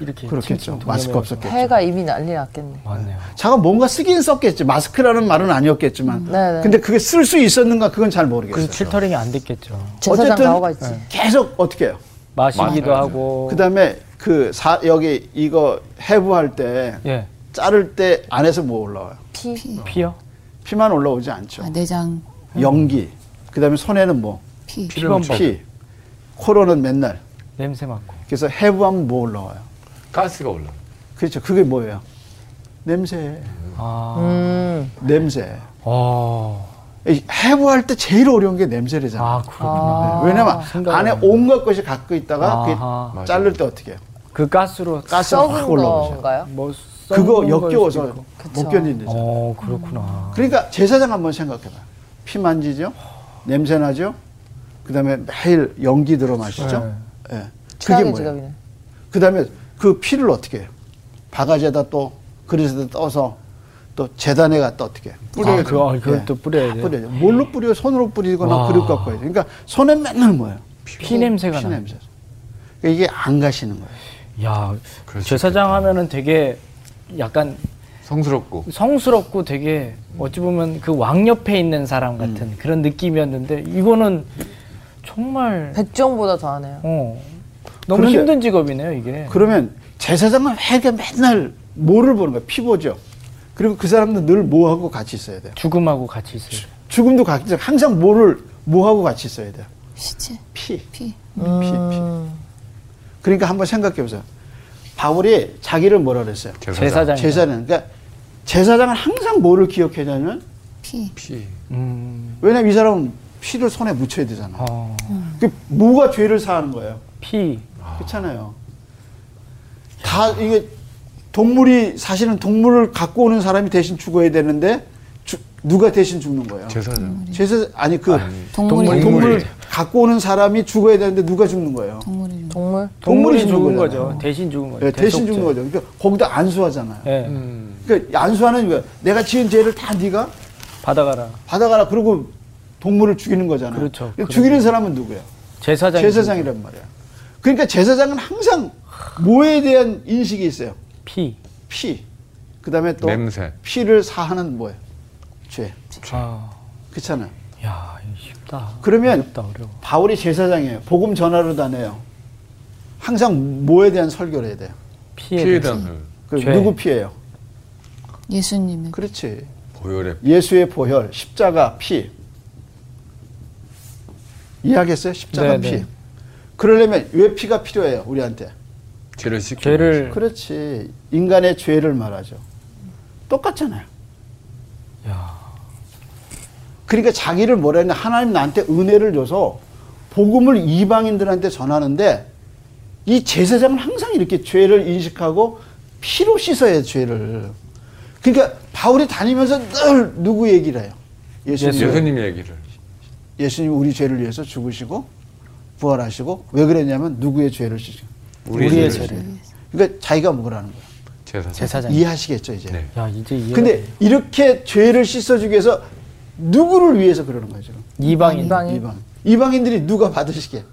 [SPEAKER 3] 예,
[SPEAKER 4] 이렇게
[SPEAKER 3] 그렇겠죠.
[SPEAKER 4] 침침
[SPEAKER 3] 마스크
[SPEAKER 4] 동여매면서.
[SPEAKER 3] 없었겠죠. 어.
[SPEAKER 5] 해가 입이 난리 났겠네
[SPEAKER 4] 맞네요.
[SPEAKER 3] 자가 뭔가 쓰긴 썼겠지. 마스크라는 말은 아니었겠지만.
[SPEAKER 5] 네, 네.
[SPEAKER 3] 근데 그게 쓸 수 있었는가 그건 잘
[SPEAKER 4] 그래서
[SPEAKER 3] 모르겠어요.
[SPEAKER 4] 필터링이 안 됐겠죠.
[SPEAKER 5] 제사장
[SPEAKER 3] 어쨌든 네.
[SPEAKER 5] 나오가 있지
[SPEAKER 3] 계속 어떻게 해요?
[SPEAKER 4] 마시기도
[SPEAKER 2] 맞아요.
[SPEAKER 4] 하고
[SPEAKER 3] 그다음에 그 사, 여기 이거 해부할 때
[SPEAKER 4] 예
[SPEAKER 3] 자를 때 안에서 뭐 올라와요?
[SPEAKER 5] 피
[SPEAKER 4] 피요.
[SPEAKER 3] 피만 올라오지 않죠.
[SPEAKER 1] 아, 내장,
[SPEAKER 3] 연기. 그다음에 손에는 뭐?
[SPEAKER 1] 피.
[SPEAKER 4] 피범벅
[SPEAKER 3] 피. 코로는 맨날.
[SPEAKER 4] 냄새 맡고
[SPEAKER 3] 그래서 해부하면 뭐 올라와요?
[SPEAKER 2] 가스가 올라.
[SPEAKER 3] 그렇죠. 그게 뭐예요? 냄새.
[SPEAKER 4] 아
[SPEAKER 5] 음
[SPEAKER 3] 냄새.
[SPEAKER 4] 어.
[SPEAKER 3] 이 해부할 때 제일 어려운 게 냄새잖아요.
[SPEAKER 4] 아 그렇군요.
[SPEAKER 3] 네, 왜냐면
[SPEAKER 4] 아, 생각을
[SPEAKER 3] 안에
[SPEAKER 4] 해요.
[SPEAKER 3] 온갖 것이 갖고 있다가 그게
[SPEAKER 4] 아하.
[SPEAKER 2] 맞아요.
[SPEAKER 3] 자를 때 어떻게 해요?
[SPEAKER 4] 그 가스로
[SPEAKER 3] 아, 가스가
[SPEAKER 5] 썩은
[SPEAKER 3] 확 올라오죠.
[SPEAKER 5] 건가요?
[SPEAKER 4] 뭐
[SPEAKER 3] 그거
[SPEAKER 4] 썩는 걸 수도
[SPEAKER 3] 역겨워서
[SPEAKER 4] 있고.
[SPEAKER 5] 그쵸.
[SPEAKER 3] 못 견딘대죠.
[SPEAKER 4] 어 그렇구나.
[SPEAKER 3] 그러니까 제사장 한번 생각해봐요. 피 만지죠? 냄새 나죠? 그 다음에 매일 연기 들어 마시죠?
[SPEAKER 4] 네.
[SPEAKER 3] 예.
[SPEAKER 5] 최악의 직업이네
[SPEAKER 3] 그 다음에 그 피를 어떻게 해요? 바가지에다 또 그릇에다 떠서 또 재단에 갖다 어떻게 해요? 예.
[SPEAKER 4] 뿌려요. 그, 아, 그걸 또 뿌려야 돼요?
[SPEAKER 3] 뿌려요. 뭘로 뿌려요? 손으로 뿌리거나
[SPEAKER 4] 와.
[SPEAKER 3] 그릇 갖고 해요. 그러니까 손에 맨날 뭐예요?
[SPEAKER 4] 피 냄새가
[SPEAKER 3] 피
[SPEAKER 4] 나.
[SPEAKER 3] 냄새. 그러니까 이게 안 가시는 거예요.
[SPEAKER 4] 야
[SPEAKER 2] 그럴 수
[SPEAKER 4] 제사장 하면은 되게 약간
[SPEAKER 2] 성스럽고.
[SPEAKER 4] 성스럽고 되게 어찌 보면 그 왕 옆에 있는 사람 같은 그런 느낌이었는데 이거는 정말
[SPEAKER 5] 백종보다 더하네요
[SPEAKER 4] 어 너무
[SPEAKER 3] 그런데-
[SPEAKER 4] 힘든 직업이네요 이게.
[SPEAKER 3] 그러면 제사장은 왜 이렇게 맨날 뭐를 보는 거야? 피보죠. 그리고 그 사람도 늘 뭐하고 같이 있어야 돼요.
[SPEAKER 4] 죽음하고 같이 있어요.
[SPEAKER 3] 죽음도 같이 항상 뭐를 뭐하고 같이 있어야 돼요.
[SPEAKER 1] 시체,
[SPEAKER 3] 피. 피,
[SPEAKER 1] 피.
[SPEAKER 3] 피.
[SPEAKER 4] 음.
[SPEAKER 5] 음,
[SPEAKER 3] 그러니까 한번 생각해 보세요. 바울이 자기를 뭐라 그랬어요?
[SPEAKER 4] 제사장.
[SPEAKER 3] 제사는 그러니까 제사장은 항상 뭐를 기억해냐면
[SPEAKER 1] 피.
[SPEAKER 2] 피.
[SPEAKER 4] 음.
[SPEAKER 3] 왜냐면 이 사람은 피를 손에 묻혀야 되잖아요.
[SPEAKER 4] 어.
[SPEAKER 3] 그 뭐가 죄를 사하는 거예요.
[SPEAKER 4] 피.
[SPEAKER 3] 그렇잖아요. 다 이게 동물이 사실은 동물을 갖고 오는 사람이 대신 죽어야 되는데 주- 누가 대신 죽는 거예요?
[SPEAKER 2] 제사장.
[SPEAKER 3] 제사 아니 그
[SPEAKER 1] 동물이,
[SPEAKER 4] 동물.
[SPEAKER 1] 동물.
[SPEAKER 3] 동물 갖고 오는 사람이 죽어야 되는데 누가 죽는 거예요?
[SPEAKER 1] 동물이.
[SPEAKER 5] 동물
[SPEAKER 4] 동물이 죽은
[SPEAKER 3] 거잖아요.
[SPEAKER 4] 거죠. 대신 죽은 거죠.
[SPEAKER 3] 예, 대신
[SPEAKER 4] 대속죄.
[SPEAKER 3] 죽는 거죠. 그러니까 거기다 안수하잖아요.
[SPEAKER 4] 예.
[SPEAKER 2] 음.
[SPEAKER 3] 그러니까 안수하는 거야. 내가 지은 죄를 다 네가
[SPEAKER 4] 받아가라.
[SPEAKER 3] 받아가라. 그러고 동물을 죽이는 거잖아요.
[SPEAKER 4] 그렇죠.
[SPEAKER 3] 그러니까 죽이는 사람은 누구예요?
[SPEAKER 4] 제사장.
[SPEAKER 3] 제사장이란 말이야. 그러니까 제사장은 항상 뭐에 대한 인식이 있어요?
[SPEAKER 4] 피.
[SPEAKER 3] 피. 그다음에 또
[SPEAKER 2] 냄새.
[SPEAKER 3] 피를 사하는 뭐예요? 죄.
[SPEAKER 4] 아.
[SPEAKER 3] 그렇잖아요.
[SPEAKER 4] 야, 이거 쉽다.
[SPEAKER 3] 그러면
[SPEAKER 4] 쉽다 어려워.
[SPEAKER 3] 바울이 제사장이에요. 복음 전하러 다녀요. 항상 뭐에 대한 설교를 해야 돼요.
[SPEAKER 4] 피에
[SPEAKER 2] 피에
[SPEAKER 4] 대한-
[SPEAKER 2] 대한 그
[SPEAKER 3] 그
[SPEAKER 4] 죄.
[SPEAKER 3] 누구 피해요?
[SPEAKER 1] 예수님의
[SPEAKER 3] 그렇지.
[SPEAKER 2] 보혈의
[SPEAKER 3] 예수의 보혈, 십자가 피. 이해하겠어요? 십자가
[SPEAKER 4] 네,
[SPEAKER 3] 피.
[SPEAKER 4] 네.
[SPEAKER 3] 그러려면 왜 피가 필요해요, 우리한테?
[SPEAKER 2] 죄를 씻기
[SPEAKER 4] 죄를-
[SPEAKER 3] 네.
[SPEAKER 2] 위해서.
[SPEAKER 3] 그렇지. 인간의 죄를 말하죠. 똑같잖아요.
[SPEAKER 4] 야.
[SPEAKER 3] 그러니까 자기를 뭐라 했냐. 하나님 나한테 은혜를 줘서 복음을 이방인들한테 전하는데 이 제사장은 항상 이렇게 죄를 인식하고 피로 씻어야 죄를. 그러니까 바울이 다니면서 늘 누구 얘기를 해요? 예수님.
[SPEAKER 2] 예수님 얘기를.
[SPEAKER 3] 예수님 우리 죄를 위해서 죽으시고 부활하시고 왜 그랬냐면 누구의 죄를 씻으
[SPEAKER 4] 우리의
[SPEAKER 2] 죄를.
[SPEAKER 4] 죄를.
[SPEAKER 3] 그러니까 자기가 먹으라는 거예요.
[SPEAKER 2] 제사장.
[SPEAKER 4] 제사장.
[SPEAKER 3] 이해하시겠죠, 이제.
[SPEAKER 2] 네.
[SPEAKER 4] 야, 이제 이해.
[SPEAKER 3] 근데 이렇게 죄를 씻어주기 위해서 누구를 위해서 그러는 거예요, 지금?
[SPEAKER 4] 이방인
[SPEAKER 5] 이방인.
[SPEAKER 3] 이방. 이방인들이 누가 받으시게?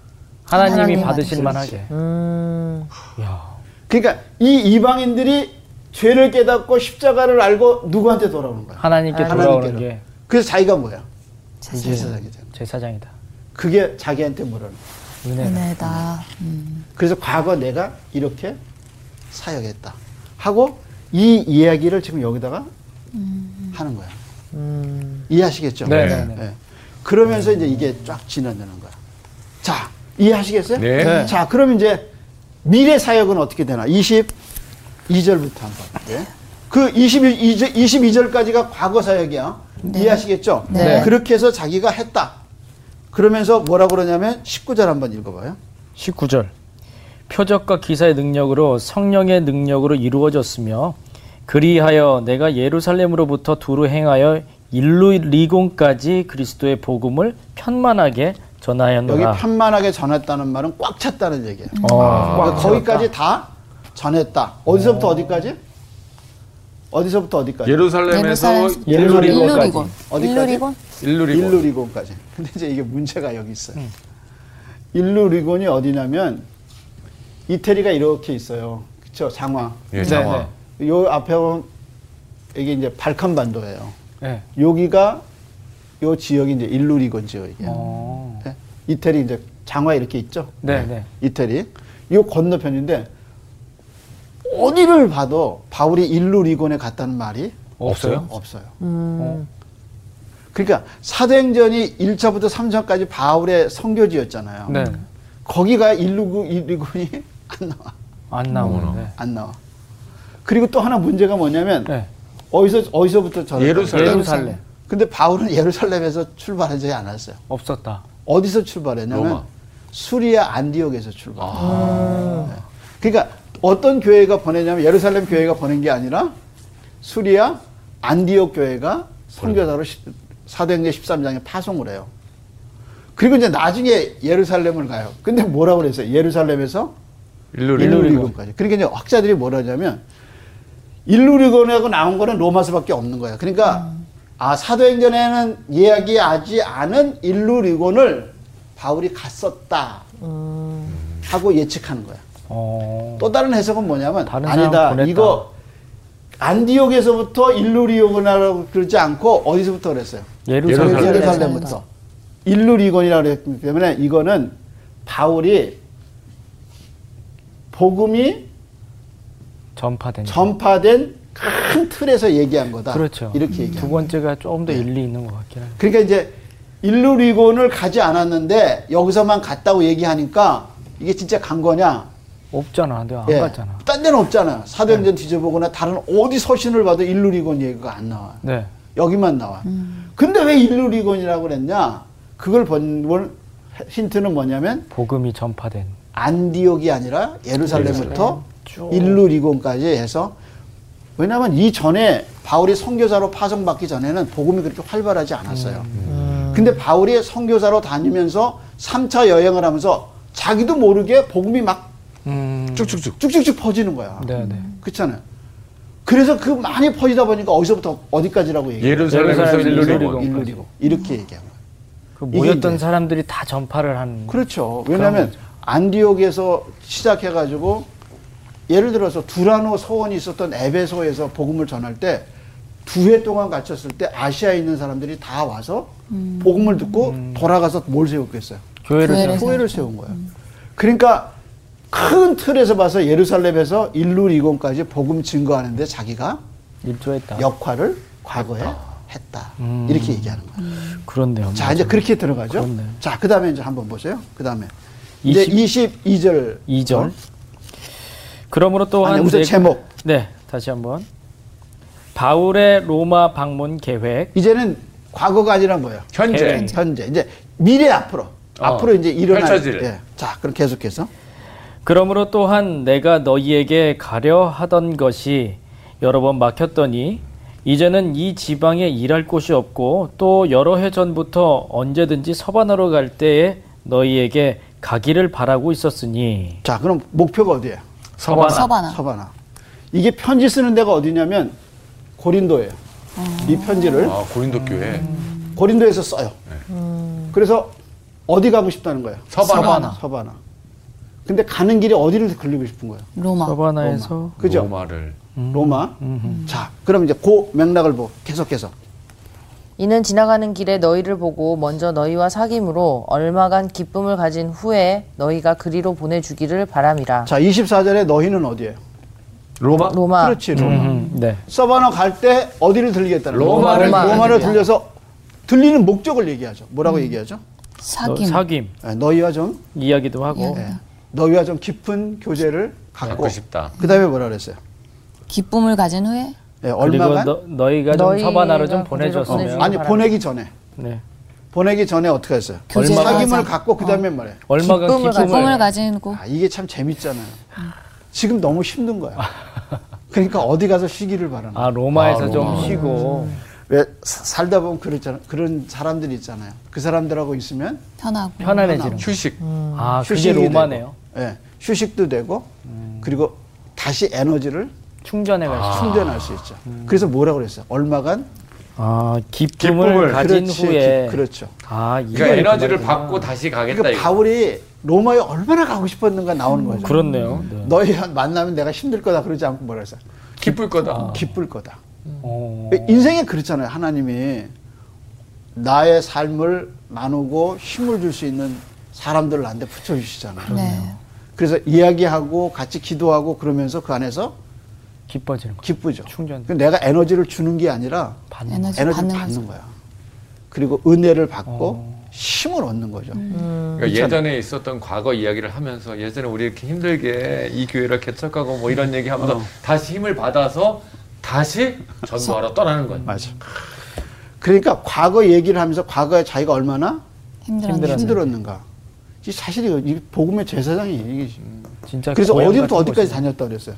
[SPEAKER 4] 하나님이
[SPEAKER 1] 하나님
[SPEAKER 4] 받으실
[SPEAKER 1] 받으실
[SPEAKER 4] 만하게.
[SPEAKER 5] 음
[SPEAKER 4] 야.
[SPEAKER 3] 그러니까 이 이방인들이 죄를 깨닫고 십자가를 알고 누구한테 돌아오는 거야?
[SPEAKER 4] 하나님께 돌아오는 게
[SPEAKER 3] 그래서 자기가 뭐야?
[SPEAKER 1] 제사장.
[SPEAKER 3] 제사장이 되는 거야.
[SPEAKER 4] 제사장이다.
[SPEAKER 3] 그게 자기한테 뭐라는 거야?
[SPEAKER 4] 네. 은혜다.
[SPEAKER 1] 은혜다. 음.
[SPEAKER 3] 그래서 과거 내가 이렇게 사역했다. 하고 이 이야기를 지금 여기다가 하는 거야. 이해하시겠죠?
[SPEAKER 6] 네,
[SPEAKER 2] 음. 네,
[SPEAKER 6] 네.
[SPEAKER 3] 예. 그러면서 이제 이게 쫙 진화되는 거야. 자, 이해하시겠어요?
[SPEAKER 2] 네. 네.
[SPEAKER 3] 자, 그럼 이제 미래 사역은 어떻게 되나? 22절부터 한번. 예. 그 22절, 22절까지가 과거 사역이야. 이해하시겠죠?
[SPEAKER 1] 네.
[SPEAKER 3] 그렇게 해서 자기가 했다. 그러면서 뭐라 그러냐면 19절 한번 읽어봐요.
[SPEAKER 4] 19절 표적과 기사의 능력으로 성령의 능력으로 이루어졌으며 그리하여 내가 예루살렘으로부터 두루 행하여 일루 리곤까지 그리스도의 복음을 편만하게
[SPEAKER 3] 여기
[SPEAKER 4] 전하였노라.
[SPEAKER 3] 판만하게 전했다는 말은 꽉 찼다는 얘기예요.
[SPEAKER 4] 어,
[SPEAKER 3] 그러니까 거기까지 다 전했다. 어디서부터 어디까지? 어디서부터 어디까지?
[SPEAKER 2] 예루살렘에서
[SPEAKER 1] 예루살렘-
[SPEAKER 4] 일루리곤까지.
[SPEAKER 1] 일루리곤.
[SPEAKER 3] 어디까지?
[SPEAKER 1] 일루리곤?
[SPEAKER 2] 일루리고
[SPEAKER 3] 일루리곤까지. (laughs) 근데 이제 이게 문제가 여기 있어요. 일루리곤이 어디냐면 이태리가 이렇게 있어요. 그쵸 장화.
[SPEAKER 4] 네,
[SPEAKER 2] 예, 장화.
[SPEAKER 3] 요 앞에 보면 이게 이제 발칸반도예요.
[SPEAKER 6] 네.
[SPEAKER 3] 여기가 요 지역이 이제 일루리곤 지역이에요. 네? 이태리 이제 장화 이렇게 있죠.
[SPEAKER 6] 어. 네, 네.
[SPEAKER 3] 이태리. 요 건너편인데 어디를 봐도 바울이 일루리곤에 갔다는 말이
[SPEAKER 2] 없어요?
[SPEAKER 3] 없어요.
[SPEAKER 6] 음.
[SPEAKER 3] 그러니까 사도행전이 1차부터 3차까지 바울의 선교지였잖아요.
[SPEAKER 6] 네.
[SPEAKER 3] 거기가 일루구 일리군이 (laughs) 안 나와.
[SPEAKER 6] 안 나오는데.
[SPEAKER 3] 안 나와. 그리고 또 하나 문제가 뭐냐면
[SPEAKER 6] 네.
[SPEAKER 3] 어디서 어디서부터 전
[SPEAKER 2] 예루살렘.
[SPEAKER 6] 예루살렘
[SPEAKER 3] 근데 바울은 예루살렘에서 출발하지 않았어요.
[SPEAKER 6] 없었다.
[SPEAKER 3] 어디서 출발했냐면
[SPEAKER 2] 로마.
[SPEAKER 3] 수리아 안디옥에서 출발.
[SPEAKER 2] 아.
[SPEAKER 3] 네. 그러니까 어떤 교회가 보내냐면 예루살렘 교회가 보낸 게 아니라 수리아 안디옥 교회가 선교사로 시- 사도행전 13장에 파송을 해요. 그리고 이제 나중에 예루살렘을 가요. 근데 뭐라고 그랬어요? 예루살렘에서
[SPEAKER 2] 일루리고
[SPEAKER 3] 일루리곤까지. 그러니까 이제 학자들이 뭐라 하냐면 일루리곤하고 나온 거는 로마서밖에 없는 거야. 그러니까 아 사도행전에는 이야기하지 않은 일루리곤을 바울이 갔었다
[SPEAKER 5] 음.
[SPEAKER 3] 하고 예측하는 거야.
[SPEAKER 6] 어.
[SPEAKER 3] 또 다른 해석은 뭐냐면
[SPEAKER 6] 다른 사람
[SPEAKER 3] 아니다
[SPEAKER 6] 보냈다.
[SPEAKER 3] 이거 안디옥에서부터 일루리곤이라고 그러지 않고 어디서부터 그랬어요?
[SPEAKER 2] 예루살렘.
[SPEAKER 6] 예루살렘.
[SPEAKER 3] 예루살렘부터 일루리곤이라고 했기 때문에 이거는 바울이 복음이
[SPEAKER 6] 전파된.
[SPEAKER 3] 전파된 큰 틀에서 얘기한 거다.
[SPEAKER 6] 그렇죠.
[SPEAKER 3] 이렇게 네. 얘기합니다.
[SPEAKER 6] 두 번째가 조금 더 일리 있는 것 같긴 한데.
[SPEAKER 3] 그러니까 이제 일루리곤을 가지 않았는데 여기서만 갔다고 얘기하니까 이게 진짜 간 거냐?
[SPEAKER 6] 없잖아. 내가 안
[SPEAKER 3] 예.
[SPEAKER 6] 갔잖아. 네.
[SPEAKER 3] 딴 데는 없잖아. 사도행전 뒤져보거나 다른 어디 서신을 봐도 일루리곤 얘기가 안 나와.
[SPEAKER 6] 네.
[SPEAKER 3] 여기만 나와. 근데 왜 일루리곤이라고 그랬냐? 그걸 본걸 힌트는 뭐냐면
[SPEAKER 6] 복음이 전파된.
[SPEAKER 3] 안디옥이 아니라 예루살렘부터 일루리곤까지 해서 왜냐하면 이 전에 바울이 선교사로 파송받기 전에는 복음이 그렇게 활발하지 않았어요. 근데 바울이 선교사로 다니면서 3차 여행을 하면서 자기도 모르게 복음이 음. 막
[SPEAKER 6] 음.
[SPEAKER 2] 쭉쭉쭉
[SPEAKER 3] 쭉쭉쭉 퍼지는 거야.
[SPEAKER 6] 네, 네.
[SPEAKER 3] 그렇잖아요. 그래서 그 많이 퍼지다 보니까 어디서부터 어디까지라고 얘기해요.
[SPEAKER 2] 예루살렘에서
[SPEAKER 6] 예루살렘에서
[SPEAKER 2] 일루리고
[SPEAKER 6] 일루리곤.
[SPEAKER 3] 일루리곤 이렇게 얘기한 거예요.
[SPEAKER 6] 그
[SPEAKER 3] 이게
[SPEAKER 6] 모였던
[SPEAKER 3] 이제-
[SPEAKER 6] 사람들이 다 전파를 한.
[SPEAKER 3] 그렇죠. 왜냐하면 안디옥에서 시작해가지고 예를 들어서 두라노 서원이 있었던 에베소에서 복음을 전할 때 두 해 동안 갇혔을 때 아시아에 있는 사람들이 다 와서 복음을 듣고 돌아가서 뭘 세웠겠어요?
[SPEAKER 6] 교회를 음.
[SPEAKER 1] 교회를
[SPEAKER 6] 세워.
[SPEAKER 3] 교회를 세운 거예요. 그러니까 큰 틀에서 봐서 예루살렘에서 일루리곤까지 복음 증거하는데 자기가
[SPEAKER 6] 일조했다.
[SPEAKER 3] 역할을 과거에 아. 했다. 음. 이렇게 얘기하는 거예요.
[SPEAKER 6] 그런데요.
[SPEAKER 3] 자, 이제 그렇게 들어가죠.
[SPEAKER 6] 그렇네.
[SPEAKER 3] 자, 그 다음에 이제 한번 보세요. 그 다음에. 이제 22절.
[SPEAKER 4] 2절. 그러므로 또한
[SPEAKER 3] 아니, 우선
[SPEAKER 4] 네-
[SPEAKER 3] 제목.
[SPEAKER 4] 네, 다시 한번. 바울의 로마 방문 계획.
[SPEAKER 3] 이제는 과거가 아니라 뭐예요? 네,
[SPEAKER 2] 현재 어,
[SPEAKER 4] 현재.
[SPEAKER 3] 현재. 이제 미래 앞으로. 앞으로 이제 일어날
[SPEAKER 2] 펼쳐질.
[SPEAKER 3] 예. 자, 그럼 계속해서.
[SPEAKER 4] 그러므로 또한 내가 너희에게 가려 하던 것이 여러 번 막혔더니 이제는 이 지방에 일할 곳이 없고 또 여러 해 전부터 언제든지 서반으로 갈 때에 너희에게 가기를 바라고 있었으니
[SPEAKER 3] 자, 그럼 목표가 어디예요?
[SPEAKER 4] 서반
[SPEAKER 1] 서바나.
[SPEAKER 3] 서바나. 이게 편지 쓰는 데가 어디냐면 고린도예요.
[SPEAKER 1] 음.
[SPEAKER 3] 이 편지를
[SPEAKER 2] 아 고린도 교회
[SPEAKER 3] 고린도에서 써요. 그래서 어디 가고 싶다는 거예요?
[SPEAKER 2] 네. 서바나.
[SPEAKER 3] 서바나. 서바나. 근데 가는 길이 어디를 걸리고 싶은 거예요?
[SPEAKER 1] 로마.
[SPEAKER 4] 서반아에서
[SPEAKER 3] 그죠?
[SPEAKER 2] 로마를
[SPEAKER 3] 로마. 자, 그럼 이제 그 맥락을 보 계속해서.
[SPEAKER 5] 이는 지나가는 길에 너희를 보고 먼저 너희와 사귐으로 얼마간 기쁨을 가진 후에 너희가 그리로 보내주기를 바람이라.
[SPEAKER 3] 자, 24절에 너희는 어디예요?
[SPEAKER 2] 로마?
[SPEAKER 5] 로마.
[SPEAKER 3] 그렇지 로마.
[SPEAKER 4] 음, 네.
[SPEAKER 3] 서바나 갈 때 어디를 들리겠다는 거예요?
[SPEAKER 2] 로마를
[SPEAKER 3] 로마.
[SPEAKER 5] 들리겠다.
[SPEAKER 3] 로마를 들려서 들리는 목적을 얘기하죠. 뭐라고 얘기하죠?
[SPEAKER 4] 너-
[SPEAKER 1] 사귐.
[SPEAKER 4] 사귐
[SPEAKER 3] 예, 너희와 좀
[SPEAKER 4] 이야기도 하고
[SPEAKER 3] 예, 너희와 좀 깊은 교제를 갖고
[SPEAKER 2] 갖고 싶다.
[SPEAKER 3] 그다음에 뭐라 그랬어요?
[SPEAKER 1] 기쁨을 가진 후에
[SPEAKER 3] 예,
[SPEAKER 4] 그리고
[SPEAKER 3] 얼마간 어,
[SPEAKER 4] 너, 너희가 좀
[SPEAKER 5] 너희가
[SPEAKER 4] 서바나로
[SPEAKER 5] 거기로
[SPEAKER 4] 좀 보내줬으면
[SPEAKER 5] 보내주면-
[SPEAKER 3] 아니 보내기 전에
[SPEAKER 4] 네.
[SPEAKER 3] 보내기 전에 어떻게 했어요?
[SPEAKER 1] 교제를
[SPEAKER 3] 사귐을
[SPEAKER 1] 하자.
[SPEAKER 3] 갖고 그다음에 뭐래요?
[SPEAKER 4] 얼마간
[SPEAKER 5] 기쁨을
[SPEAKER 4] 기쁨을,
[SPEAKER 5] 가지고.
[SPEAKER 1] 기쁨을 가진 고
[SPEAKER 3] 아, 이게 참 재밌잖아요. 지금 너무 힘든 거야. 그러니까 어디 가서 쉬기를 바라는 거야.
[SPEAKER 4] 아 로마에서
[SPEAKER 2] 아,
[SPEAKER 4] 좀
[SPEAKER 2] 로마.
[SPEAKER 4] 쉬고
[SPEAKER 5] 음.
[SPEAKER 3] 왜 사- 살다 보면 그렇잖아. 그런 사람들이 있잖아요. 그 사람들하고 있으면
[SPEAKER 1] 편하고
[SPEAKER 4] 편안해지는 거.
[SPEAKER 2] 휴식.
[SPEAKER 4] 아 그게
[SPEAKER 3] 휴식이
[SPEAKER 4] 로마네요.
[SPEAKER 3] 되고, 예, 휴식도 되고 그리고 다시 에너지를
[SPEAKER 4] 충전해 가지고.
[SPEAKER 2] 아.
[SPEAKER 3] 충전할 수 있죠. 그래서 뭐라고 그랬어요? 얼마간
[SPEAKER 4] 아 기쁨을,
[SPEAKER 2] 기쁨을,
[SPEAKER 4] 가진
[SPEAKER 3] 그렇지,
[SPEAKER 4] 후에
[SPEAKER 3] 기- 그렇죠.
[SPEAKER 4] 아 이게
[SPEAKER 2] 그러니까 에너지를
[SPEAKER 4] 말이구나.
[SPEAKER 2] 받고 다시 가겠다. 이거.
[SPEAKER 3] 그러니까 바울이 로마에 얼마나 가고 싶었는가 나오는 거죠.
[SPEAKER 4] 그렇네요. 네.
[SPEAKER 3] 너희 만나면 내가 힘들 거다 그러지 않고 뭐라 그랬어요?
[SPEAKER 2] 기쁠
[SPEAKER 3] 음.
[SPEAKER 4] 아.
[SPEAKER 2] 거다.
[SPEAKER 3] 기쁠 거다.
[SPEAKER 4] 어.
[SPEAKER 3] 인생에 그렇잖아요. 하나님이 나의 삶을 나누고 힘을 줄 수 있는 사람들을 나한테 붙여주시잖아요.
[SPEAKER 1] 네.
[SPEAKER 3] 그래서 이야기하고 같이 기도하고 그러면서 그 안에서
[SPEAKER 4] 기뻐지는 거.
[SPEAKER 3] 기쁘죠.
[SPEAKER 4] 충전.
[SPEAKER 3] 그 내가 에너지를 주는 게 아니라
[SPEAKER 4] 받는
[SPEAKER 1] 에너지
[SPEAKER 3] 에너지를
[SPEAKER 1] 받는
[SPEAKER 3] 받는,
[SPEAKER 1] 거죠.
[SPEAKER 3] 거야. 그리고 은혜를 받고
[SPEAKER 4] 어.
[SPEAKER 3] 힘을 얻는 거죠.
[SPEAKER 1] 음.
[SPEAKER 2] 그러니까 예전에 있었던 과거 이야기를 하면서 예전에 우리 이렇게 힘들게 이 교회를 개척하고 뭐 이런 얘기
[SPEAKER 3] 어.
[SPEAKER 2] 하면서 다시 힘을 받아서 다시 전도하러 떠나는 거예요.
[SPEAKER 3] 맞아. 그러니까 과거 얘기를 하면서 과거에 자기가 얼마나
[SPEAKER 1] 힘들었는데
[SPEAKER 3] 힘들었는가. 이 사실이 이 복음의 제사장이 이게
[SPEAKER 4] 진짜
[SPEAKER 3] 그래서
[SPEAKER 4] 음. 고향 같은
[SPEAKER 3] 어디부터 어디까지
[SPEAKER 4] 곳이네.
[SPEAKER 3] 다녔다 그랬어요.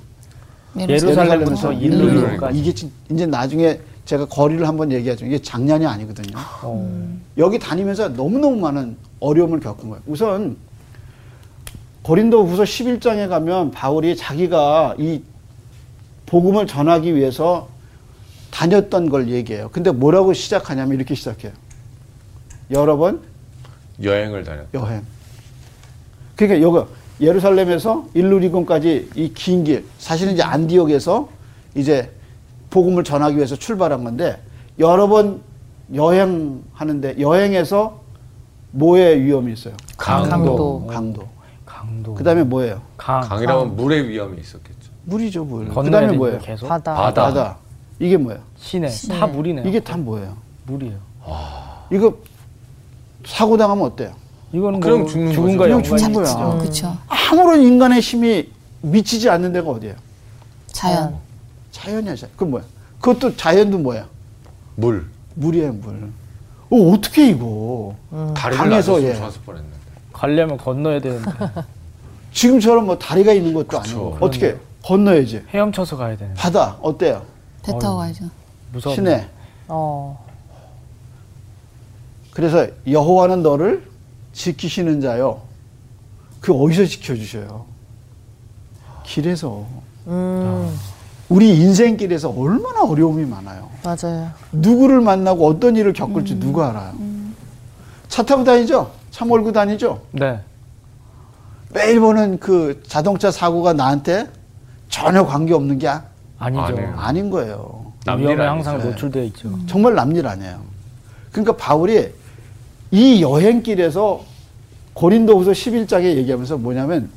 [SPEAKER 4] 예루살렘부터
[SPEAKER 2] 일루리까지.
[SPEAKER 4] 일루리까지.
[SPEAKER 3] 이게 진- 이제 나중에 제가 거리를 한번 얘기하죠. 이게 장난이 아니거든요.
[SPEAKER 4] 어.
[SPEAKER 3] 여기 다니면서 너무너무 많은 어려움을 겪은 거예요. 우선 고린도 후서 11장에 가면 바울이 자기가 이 복음을 전하기 위해서 다녔던 걸 얘기해요. 근데 뭐라고 시작하냐면 이렇게 시작해요. 여러 번
[SPEAKER 2] 여행을 다녔.
[SPEAKER 3] 여행. 그러니까 여기 예루살렘에서 일루리곤까지 이 긴 길, 사실은 이제 안디옥에서 이제 복음을 전하기 위해서 출발한 건데 여러 번 여행하는데 여행에서 뭐의 위험이 있어요?
[SPEAKER 5] 강도.
[SPEAKER 3] 강도.
[SPEAKER 4] 어. 강도.
[SPEAKER 3] 그다음에 뭐예요?
[SPEAKER 4] 강.
[SPEAKER 2] 강이라면 물의 위험이 있었겠죠.
[SPEAKER 3] 물이죠, 물.
[SPEAKER 4] 건너야
[SPEAKER 3] 그다음에
[SPEAKER 4] 되는
[SPEAKER 3] 뭐예요?
[SPEAKER 4] 거 계속.
[SPEAKER 5] 바다.
[SPEAKER 2] 바다.
[SPEAKER 3] 바다. 이게 뭐예요?
[SPEAKER 4] 시내. 다 물이네요.
[SPEAKER 3] 이게 다 뭐예요?
[SPEAKER 4] 물이에요.
[SPEAKER 3] 이거 사고 당하면 어때요?
[SPEAKER 4] 이거는
[SPEAKER 2] 그럼
[SPEAKER 4] 뭐
[SPEAKER 2] 죽는
[SPEAKER 4] 죽은
[SPEAKER 2] 거죠.
[SPEAKER 4] 거
[SPEAKER 3] 그냥
[SPEAKER 4] 연관이
[SPEAKER 3] 죽는 거야.
[SPEAKER 4] 있죠.
[SPEAKER 1] 그렇죠.
[SPEAKER 3] 아무런 인간의 힘이 미치지 않는 데가 어디예요?
[SPEAKER 1] 자연.
[SPEAKER 3] 자연이야, 자연. 그건 뭐야? 그것도 자연도 뭐야?
[SPEAKER 2] 물.
[SPEAKER 3] 물이에요, 물. 어, 어떻게 이거?
[SPEAKER 2] 다리를 안
[SPEAKER 3] 강에서,
[SPEAKER 2] 줬으면
[SPEAKER 3] 예.
[SPEAKER 2] 좋았을 뻔했는데.
[SPEAKER 4] 가려면 건너야 되는데 (laughs)
[SPEAKER 3] 지금처럼 뭐 다리가 있는 것도 아니고.
[SPEAKER 2] 그렇죠.
[SPEAKER 3] 어떻게? 건너야지.
[SPEAKER 4] 헤엄쳐서 가야 되는. 데
[SPEAKER 3] 바다, 어때요?
[SPEAKER 1] 배 타고 가야죠.
[SPEAKER 4] 무서워.
[SPEAKER 3] 시내.
[SPEAKER 5] 어.
[SPEAKER 3] 그래서 여호와는 너를 지키시는 자요. 그 어디서 지켜주셔요? 길에서.
[SPEAKER 5] 음.
[SPEAKER 3] 우리 인생길에서 얼마나 어려움이 많아요.
[SPEAKER 5] 맞아요.
[SPEAKER 3] 누구를 만나고 어떤 일을 겪을지 누가 알아요? 차 타고 다니죠? 차 몰고 다니죠?
[SPEAKER 4] 네.
[SPEAKER 3] 매일 보는 그 자동차 사고가 나한테 전혀 관계없는 게 아-
[SPEAKER 4] 아니죠.
[SPEAKER 2] 아니에요. 네.
[SPEAKER 3] 아닌 거예요.
[SPEAKER 2] 남일
[SPEAKER 4] 위험에
[SPEAKER 2] 아니죠.
[SPEAKER 4] 항상
[SPEAKER 3] 네.
[SPEAKER 4] 노출되어 있죠.
[SPEAKER 3] 정말 남일 아니에요. 그러니까 바울이 이 여행길에서 고린도후서 11장에 얘기하면서 뭐냐면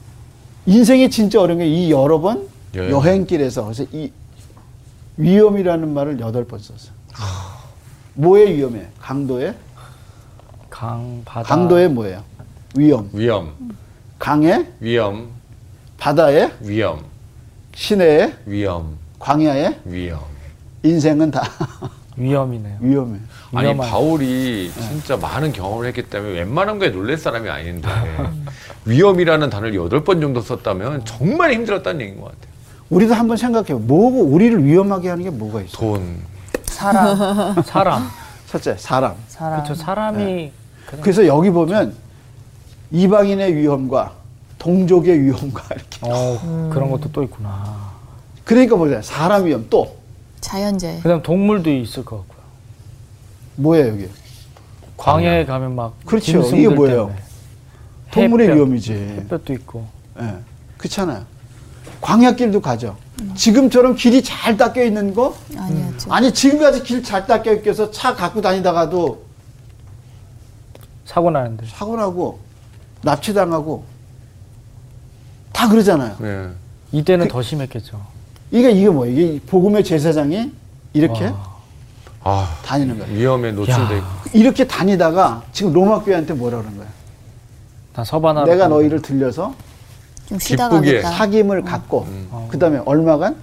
[SPEAKER 3] 인생이 진짜 어려운 게 이 여러 번
[SPEAKER 4] 예.
[SPEAKER 2] 여행.
[SPEAKER 3] 여행길에서 그래서 이 위험이라는 말을 여덟 번 썼어요. 뭐의 위험에? 강도의?
[SPEAKER 4] 강 바다.
[SPEAKER 3] 강도의 뭐예요? 위험.
[SPEAKER 2] 위험,
[SPEAKER 3] 강의?
[SPEAKER 2] 위험,
[SPEAKER 3] 바다의?
[SPEAKER 2] 위험,
[SPEAKER 3] 시내의?
[SPEAKER 2] 위험,
[SPEAKER 3] 광야의?
[SPEAKER 2] 위험.
[SPEAKER 3] 인생은 다 (laughs)
[SPEAKER 4] 위험이네요.
[SPEAKER 3] 위험해.
[SPEAKER 2] 아니
[SPEAKER 4] 위험한-
[SPEAKER 2] 바울이 진짜 많은 경험을 했기 때문에 웬만한 거에 놀랄 사람이 아닌데 위험이라는 단어를 여덟 번 정도 썼다면 정말 힘들었다는 얘기인 것 같아요.
[SPEAKER 3] 우리도 한번 생각해요. 뭐고 우리를 위험하게 하는 게 뭐가 있어?
[SPEAKER 2] 돈,
[SPEAKER 5] 사람.
[SPEAKER 3] (laughs)
[SPEAKER 4] 사람.
[SPEAKER 3] 첫째, 사람.
[SPEAKER 5] 사람.
[SPEAKER 4] 그렇죠. 사람이
[SPEAKER 3] 네. 그래서 여기 보면 이방인의 위험과 동족의 위험과 (laughs) 이렇게.
[SPEAKER 4] 어,
[SPEAKER 3] 음.
[SPEAKER 4] 그런 것도 또 있구나.
[SPEAKER 3] 그러니까 보세요. 사람 위험 또
[SPEAKER 1] 자연재해.
[SPEAKER 4] 그다음 동물도 있을 것 같고요.
[SPEAKER 3] 뭐예요 여기?
[SPEAKER 4] 광야에 가면 막
[SPEAKER 3] 그렇죠.
[SPEAKER 4] 짐승들
[SPEAKER 3] 이게 뭐예요?
[SPEAKER 4] 때문에.
[SPEAKER 3] 동물의
[SPEAKER 4] 햇볕,
[SPEAKER 3] 위험이지.
[SPEAKER 4] 햇볕도 있고.
[SPEAKER 3] 예. 그렇잖아요. 광야길도 가죠. 지금처럼 길이 잘 닦여 있는 거?
[SPEAKER 1] 아니었죠.
[SPEAKER 3] 아니 지금까지 길 잘 닦여 있게서 차 갖고 다니다가도
[SPEAKER 4] 사고 나는데.
[SPEAKER 3] 사고 나고 납치당하고 다 그러잖아요.
[SPEAKER 2] 네.
[SPEAKER 3] 그
[SPEAKER 4] 이때는 더 심했겠죠.
[SPEAKER 3] 이게 이게 뭐 이게 복음의 제사장이 이렇게
[SPEAKER 2] 아
[SPEAKER 3] 다니는 거예요.
[SPEAKER 2] 위험에 노출돼 있고.
[SPEAKER 3] 이렇게 다니다가 지금 로마 교회한테 뭐라 그러는 거예요?
[SPEAKER 6] 다 서반하러
[SPEAKER 3] 내가
[SPEAKER 6] 가는
[SPEAKER 3] 너희를 들려서
[SPEAKER 1] 좀 쉬다
[SPEAKER 2] 기쁘게.
[SPEAKER 4] 네.
[SPEAKER 1] 가겠다.
[SPEAKER 3] 사귐을 갖고 어, 그다음에 얼마간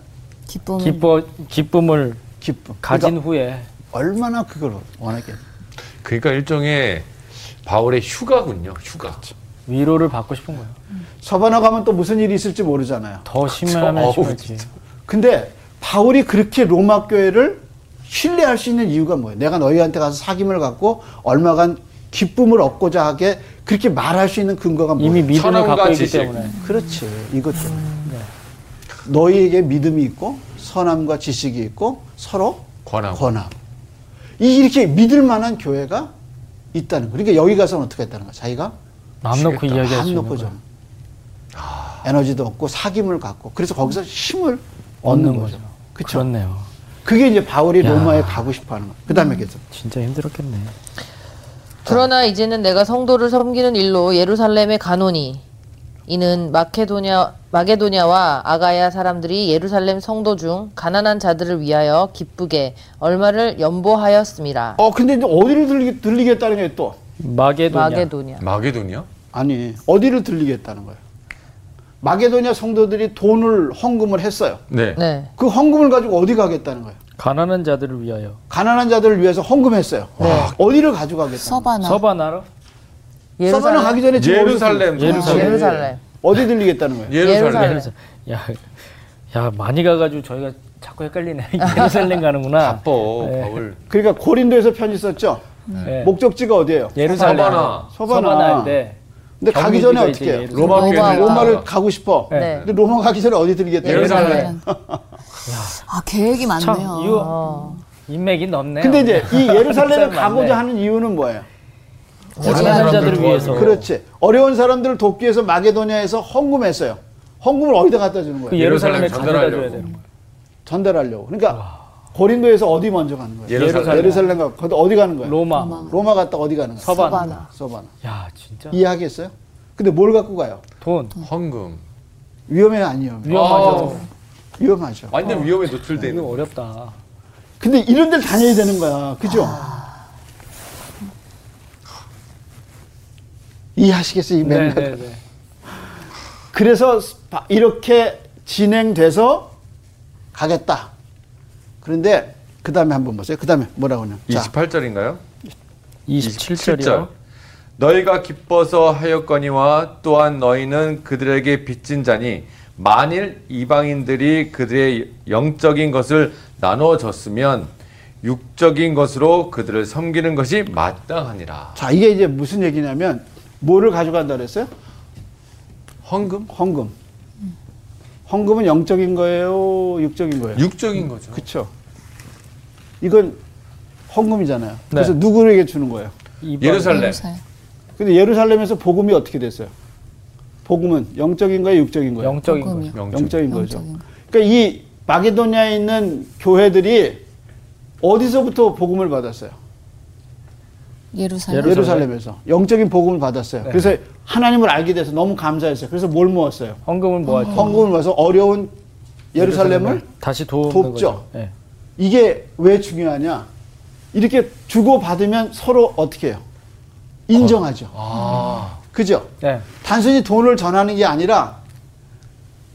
[SPEAKER 1] 기쁨.
[SPEAKER 4] 기뻐 기쁨을
[SPEAKER 3] 기쁨.
[SPEAKER 4] 가진
[SPEAKER 3] 그러니까
[SPEAKER 4] 후에
[SPEAKER 3] 얼마나 그걸 원했겠냐.
[SPEAKER 2] 그러니까 일종의 바울의 휴가군요. 휴가.
[SPEAKER 4] 위로를 받고 싶은 거예요.
[SPEAKER 3] 서반하 가면 또 무슨 일이 있을지 모르잖아요.
[SPEAKER 4] 더 심하면
[SPEAKER 2] 어우,
[SPEAKER 4] 심하지.
[SPEAKER 3] 근데 바울이 그렇게 로마 교회를 신뢰할 수 있는 이유가 뭐예요? 내가 너희한테 가서 사귐을 갖고 얼마간 기쁨을 얻고자 하게 그렇게 말할 수 있는 근거가 뭐예요?
[SPEAKER 4] 이미 믿음을
[SPEAKER 2] 선함과
[SPEAKER 4] 갖고 있기
[SPEAKER 2] 지식.
[SPEAKER 4] 때문에
[SPEAKER 3] 그렇지. 이것 때문에. 네. 너희에게 믿음이 있고 선함과 지식이 있고 서로
[SPEAKER 2] 권하고.
[SPEAKER 3] 이- 이렇게 믿을 만한 교회가 있다는 거. 그러니까 여기 가서는 어떻게 했다는 거야? 자기가
[SPEAKER 4] 마음
[SPEAKER 3] 그
[SPEAKER 4] 놓고
[SPEAKER 2] 미치겠다.
[SPEAKER 4] 이야기할 수
[SPEAKER 3] 마음
[SPEAKER 4] 있는
[SPEAKER 3] 놓고
[SPEAKER 4] 거예요.
[SPEAKER 3] 좀 에너지도 얻고 사귐을 갖고 그래서 거기서 힘을 얻는
[SPEAKER 4] 얻는
[SPEAKER 3] 거죠.
[SPEAKER 4] 거죠.
[SPEAKER 3] 그렇죠.
[SPEAKER 4] 그렇네요.
[SPEAKER 3] 그게 이제 바울이
[SPEAKER 4] 야.
[SPEAKER 3] 로마에 가고 싶어 하는 거. 그다음에 계속.
[SPEAKER 4] 진짜 힘들었겠네.
[SPEAKER 5] 그러나 이제는 내가 성도를 섬기는 일로 예루살렘에 가노니 이는 마케도냐 마게도냐와 아가야 사람들이 예루살렘 성도 중 가난한 자들을 위하여 기쁘게 얼마를 연보하였습니다.
[SPEAKER 3] 어, 근데 이제 어디를 들리, 들리겠다는 게 또.
[SPEAKER 4] 마게도냐.
[SPEAKER 5] 마게도냐.
[SPEAKER 2] 마게도냐?
[SPEAKER 3] 아니, 어디를 들리겠다는 거예요. 마게도냐 성도들이 돈을 헌금을 했어요.
[SPEAKER 2] 네.
[SPEAKER 5] 네.
[SPEAKER 3] 그 헌금을 가지고 어디 가겠다는 거예요.
[SPEAKER 4] 가난한 자들을 위하여
[SPEAKER 3] 가난한 자들을 위해서 헌금했어요. 어디를 가져가겠다는 거예요.
[SPEAKER 1] 서바나.
[SPEAKER 4] 서바나로
[SPEAKER 3] 네. 서바나 가기 전에 지금
[SPEAKER 2] 예루살렘.
[SPEAKER 3] 어디서-
[SPEAKER 4] 예루살렘.
[SPEAKER 5] 네, 예루살렘.
[SPEAKER 3] 어디 들리겠다는 거예요?
[SPEAKER 2] 예루살렘.
[SPEAKER 5] 예루살렘.
[SPEAKER 4] 야, 야 많이 가가지고 저희가 자꾸 헷갈리네. (laughs) 예루살렘 가는구나.
[SPEAKER 2] 아, 바빠
[SPEAKER 4] 네.
[SPEAKER 2] 바울.
[SPEAKER 3] 그러니까 고린도에서 편지 썼죠.
[SPEAKER 4] 예.
[SPEAKER 3] 목적지가 어디예요?
[SPEAKER 4] 예루살렘.
[SPEAKER 2] 서바나.
[SPEAKER 3] 서바나.
[SPEAKER 4] 할 때.
[SPEAKER 3] 근데 가기 전에
[SPEAKER 4] 경민이가 이제
[SPEAKER 3] 어떻게 해요?
[SPEAKER 4] 예루살렘.
[SPEAKER 2] 로마
[SPEAKER 5] 로마.
[SPEAKER 2] 교회.
[SPEAKER 3] 로마를 가고 싶어.
[SPEAKER 5] 네.
[SPEAKER 3] 근데 로마 가기 전에 어디 들리겠다는 거예요?
[SPEAKER 2] 예루살렘.
[SPEAKER 1] 아 계획이
[SPEAKER 4] 참
[SPEAKER 1] 많네요.
[SPEAKER 4] 이거 인맥이 넓네요.
[SPEAKER 3] 근데 이제 이 예루살렘을
[SPEAKER 4] (laughs) 맞네.
[SPEAKER 3] 가고자 하는 이유는 뭐예요?
[SPEAKER 4] 가난한 자들을 위해서.
[SPEAKER 3] 그렇지. 어려운 사람들을 돕기 위해서 마게도냐에서 헌금했어요. 헌금을 어디다 갖다 주는
[SPEAKER 4] 그
[SPEAKER 3] 거예요?
[SPEAKER 4] 예루살렘에
[SPEAKER 2] 예루살렘
[SPEAKER 4] 가져다 줘야
[SPEAKER 2] 전달하려고.
[SPEAKER 4] 되는 거예요.
[SPEAKER 3] 전달하려고. 그러니까 고린도에서 어디 먼저 가는 거예요?
[SPEAKER 2] 예루살렘.
[SPEAKER 3] 예루살렘 가고 거기 어디 가는 거예요?
[SPEAKER 4] 로마.
[SPEAKER 3] 로마 갔다 어디 가는 거예요?
[SPEAKER 4] 서바나.
[SPEAKER 1] 서바나.
[SPEAKER 3] 서바나.
[SPEAKER 4] 야, 진짜
[SPEAKER 3] 이해하겠어요? 근데 뭘 갖고 가요?
[SPEAKER 4] 돈
[SPEAKER 2] 헌금.
[SPEAKER 3] 위험해요, 안 위험해요?
[SPEAKER 4] 위험하죠.
[SPEAKER 3] 아.
[SPEAKER 4] 네.
[SPEAKER 3] 위험하죠.
[SPEAKER 2] 완전 위험에 노출돼
[SPEAKER 4] 이거
[SPEAKER 2] 있는.
[SPEAKER 4] 어렵다.
[SPEAKER 3] 근데 이런 데를 다녀야 되는 거야. 그죠?
[SPEAKER 4] 아.
[SPEAKER 3] 이해하시겠어요? 이
[SPEAKER 4] 네,
[SPEAKER 3] 맥락.
[SPEAKER 4] 네, 네.
[SPEAKER 3] 그래서 바- 이렇게 진행돼서 가겠다. 그런데 그 다음에 한번 보세요. 그 다음에 뭐라고 하냐. 자,
[SPEAKER 2] 28절인가요?
[SPEAKER 4] 27절이요.
[SPEAKER 2] 너희가 기뻐서 하였거니와 또한 너희는 그들에게 빚진 자니 만일 이방인들이 그들의 영적인 것을 나누어 줬으면 육적인 것으로 그들을 섬기는 것이 마땅하니라.
[SPEAKER 3] 자, 이게 이제 무슨 얘기냐면 뭐를 가져간다 그랬어요?
[SPEAKER 2] 헌금?
[SPEAKER 3] 헌금. 헌금은 영적인 거예요? 육적인 거예요?
[SPEAKER 2] 육적인 거죠.
[SPEAKER 3] 그쵸. 이건 헌금이잖아요. 그래서
[SPEAKER 4] 네.
[SPEAKER 3] 누구에게 주는 거예요?
[SPEAKER 2] 예루살렘.
[SPEAKER 1] 예루살렘.
[SPEAKER 3] 근데 예루살렘에서 복음이 어떻게 됐어요? 복음은 영적인 거예요? 육적인 거예요?
[SPEAKER 4] 영적인 거.
[SPEAKER 1] 복음이요.
[SPEAKER 2] 영적.
[SPEAKER 3] 영적인 거죠.
[SPEAKER 1] 영적인 거.
[SPEAKER 3] 그러니까 이 마게도냐에 있는 교회들이 어디서부터 복음을 받았어요?
[SPEAKER 1] 예루살렘.
[SPEAKER 4] 예루살렘.
[SPEAKER 3] 예루살렘에서 영적인 복음을 받았어요. 그래서 하나님을 알게 돼서 너무 감사했어요. 그래서 뭘 모았어요?
[SPEAKER 4] 헌금을 모아줘.
[SPEAKER 3] 헌금을 모아서 어려운 예루살렘을
[SPEAKER 4] 다시 도움을
[SPEAKER 3] 돕죠.
[SPEAKER 4] 거죠. 예.
[SPEAKER 3] 이게 왜 중요하냐? 이렇게 주고 받으면 서로 어떻게 해요? 인정하죠.
[SPEAKER 2] 아,
[SPEAKER 3] 그죠?
[SPEAKER 4] 예.
[SPEAKER 3] 단순히 돈을 전하는 게 아니라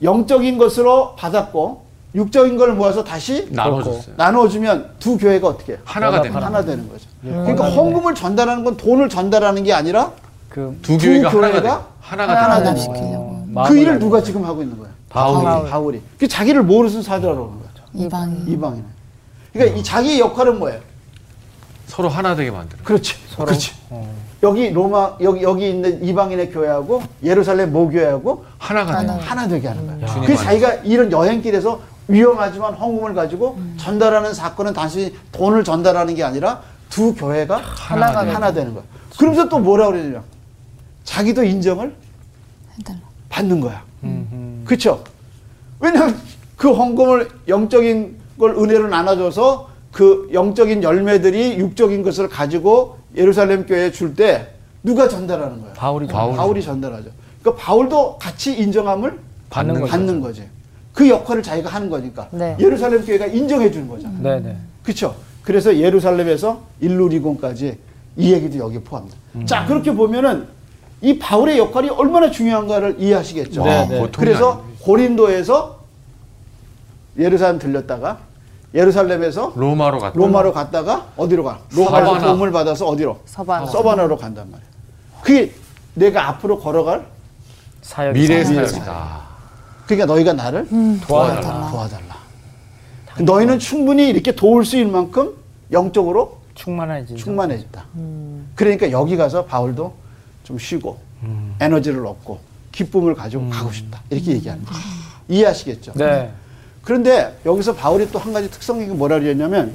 [SPEAKER 3] 영적인 것으로 받았고 육적인 걸 모아서 다시
[SPEAKER 2] 나눠줬어요.
[SPEAKER 3] 나눠주면 두 교회가 어떻게 해요?
[SPEAKER 2] 하나가 되는
[SPEAKER 3] 하나 되는 거죠. 그러니까 헌금을 전달하는 건 돈을 전달하는 게 아니라
[SPEAKER 4] 그뭐
[SPEAKER 2] 두
[SPEAKER 3] 두
[SPEAKER 2] 교회가 하나가
[SPEAKER 3] 교회가
[SPEAKER 2] 되는 하나가
[SPEAKER 1] 하나
[SPEAKER 2] 되는
[SPEAKER 1] 남
[SPEAKER 2] 거예요.
[SPEAKER 1] 시키려고
[SPEAKER 3] 그
[SPEAKER 4] 마음을
[SPEAKER 3] 일을
[SPEAKER 4] 알고
[SPEAKER 3] 누가 지금 하고 있는 거예요?
[SPEAKER 2] 바울이.
[SPEAKER 3] 바울이. 그 자기를 모르는 사자라고 그러는 거죠.
[SPEAKER 1] 이방인.
[SPEAKER 3] 이방인. 그러니까 이 자기의 역할은 뭐예요?
[SPEAKER 2] 서로 하나 되게 만드는. 거예요.
[SPEAKER 3] 그렇지. 그렇지. 여기 로마 여기 여기 있는 이방인의 교회하고 예루살렘 모교회하고
[SPEAKER 2] 하나가 되는. 거예요.
[SPEAKER 3] 하나 되게 하는 거예요.
[SPEAKER 2] 주님
[SPEAKER 3] 그
[SPEAKER 2] 안에서.
[SPEAKER 3] 자기가 이런 여행길에서 위험하지만 헌금을 가지고
[SPEAKER 2] 음.
[SPEAKER 3] 전달하는 사건은 단순히 돈을 전달하는 게 아니라 두 교회가
[SPEAKER 2] 하나가
[SPEAKER 3] 하나가 하나 되는 거예요. 그러면서 또 뭐라 그러냐? 자기도 인정을
[SPEAKER 1] 해달라.
[SPEAKER 3] 받는 거야. 그렇죠? 왜냐하면 그 헌금을 영적인 걸 은혜로 나눠줘서 그 영적인 열매들이 육적인 것을 가지고 예루살렘 교회에 줄 때 누가 전달하는 거야?
[SPEAKER 4] 바울이
[SPEAKER 2] 바울.
[SPEAKER 3] 바울이 전달하죠. 그러니까 바울도 같이 인정함을
[SPEAKER 2] 받는
[SPEAKER 3] 받는,
[SPEAKER 2] 거죠.
[SPEAKER 3] 거지. 그 역할을 자기가 하는 거니까
[SPEAKER 5] 네.
[SPEAKER 3] 예루살렘 교회가 인정해 주는 거잖아요.
[SPEAKER 6] 네, 네.
[SPEAKER 3] 그렇죠. 그래서 예루살렘에서 일루리곤까지 이 얘기도 여기에 포함합니다.
[SPEAKER 2] 음.
[SPEAKER 3] 자 그렇게 보면은 이 바울의 역할이 얼마나 중요한가를 이해하시겠죠.
[SPEAKER 2] 와, 네, 네. 보통이
[SPEAKER 3] 그래서 고린도에서 예루살렘 들렸다가 예루살렘에서
[SPEAKER 2] 로마로 갔다.
[SPEAKER 3] 로마로 갔다가 어디로 가? 로마에서
[SPEAKER 2] 사바나.
[SPEAKER 3] 도움을 받아서 어디로?
[SPEAKER 5] 서바나.
[SPEAKER 3] 서바나로 간단 말이야. 그게 내가 앞으로 걸어갈
[SPEAKER 6] 사역
[SPEAKER 2] 미래의
[SPEAKER 3] 미래의
[SPEAKER 2] 사람이다.
[SPEAKER 3] 그러니까 너희가 나를
[SPEAKER 2] 음. 도와달라.
[SPEAKER 3] 도와달라. 너희는 충분히 이렇게 도울 수 있는 만큼 영적으로
[SPEAKER 6] 충만해지.
[SPEAKER 3] 충만해졌다. 그러니까 여기 가서 바울도 좀 쉬고 에너지를 얻고 기쁨을 가지고 가고 싶다. 이렇게 얘기하는 거예요. 이해하시겠죠?
[SPEAKER 6] 네.
[SPEAKER 3] 그런데 여기서 바울이 또 한 가지 특성이 뭐라 그랬냐면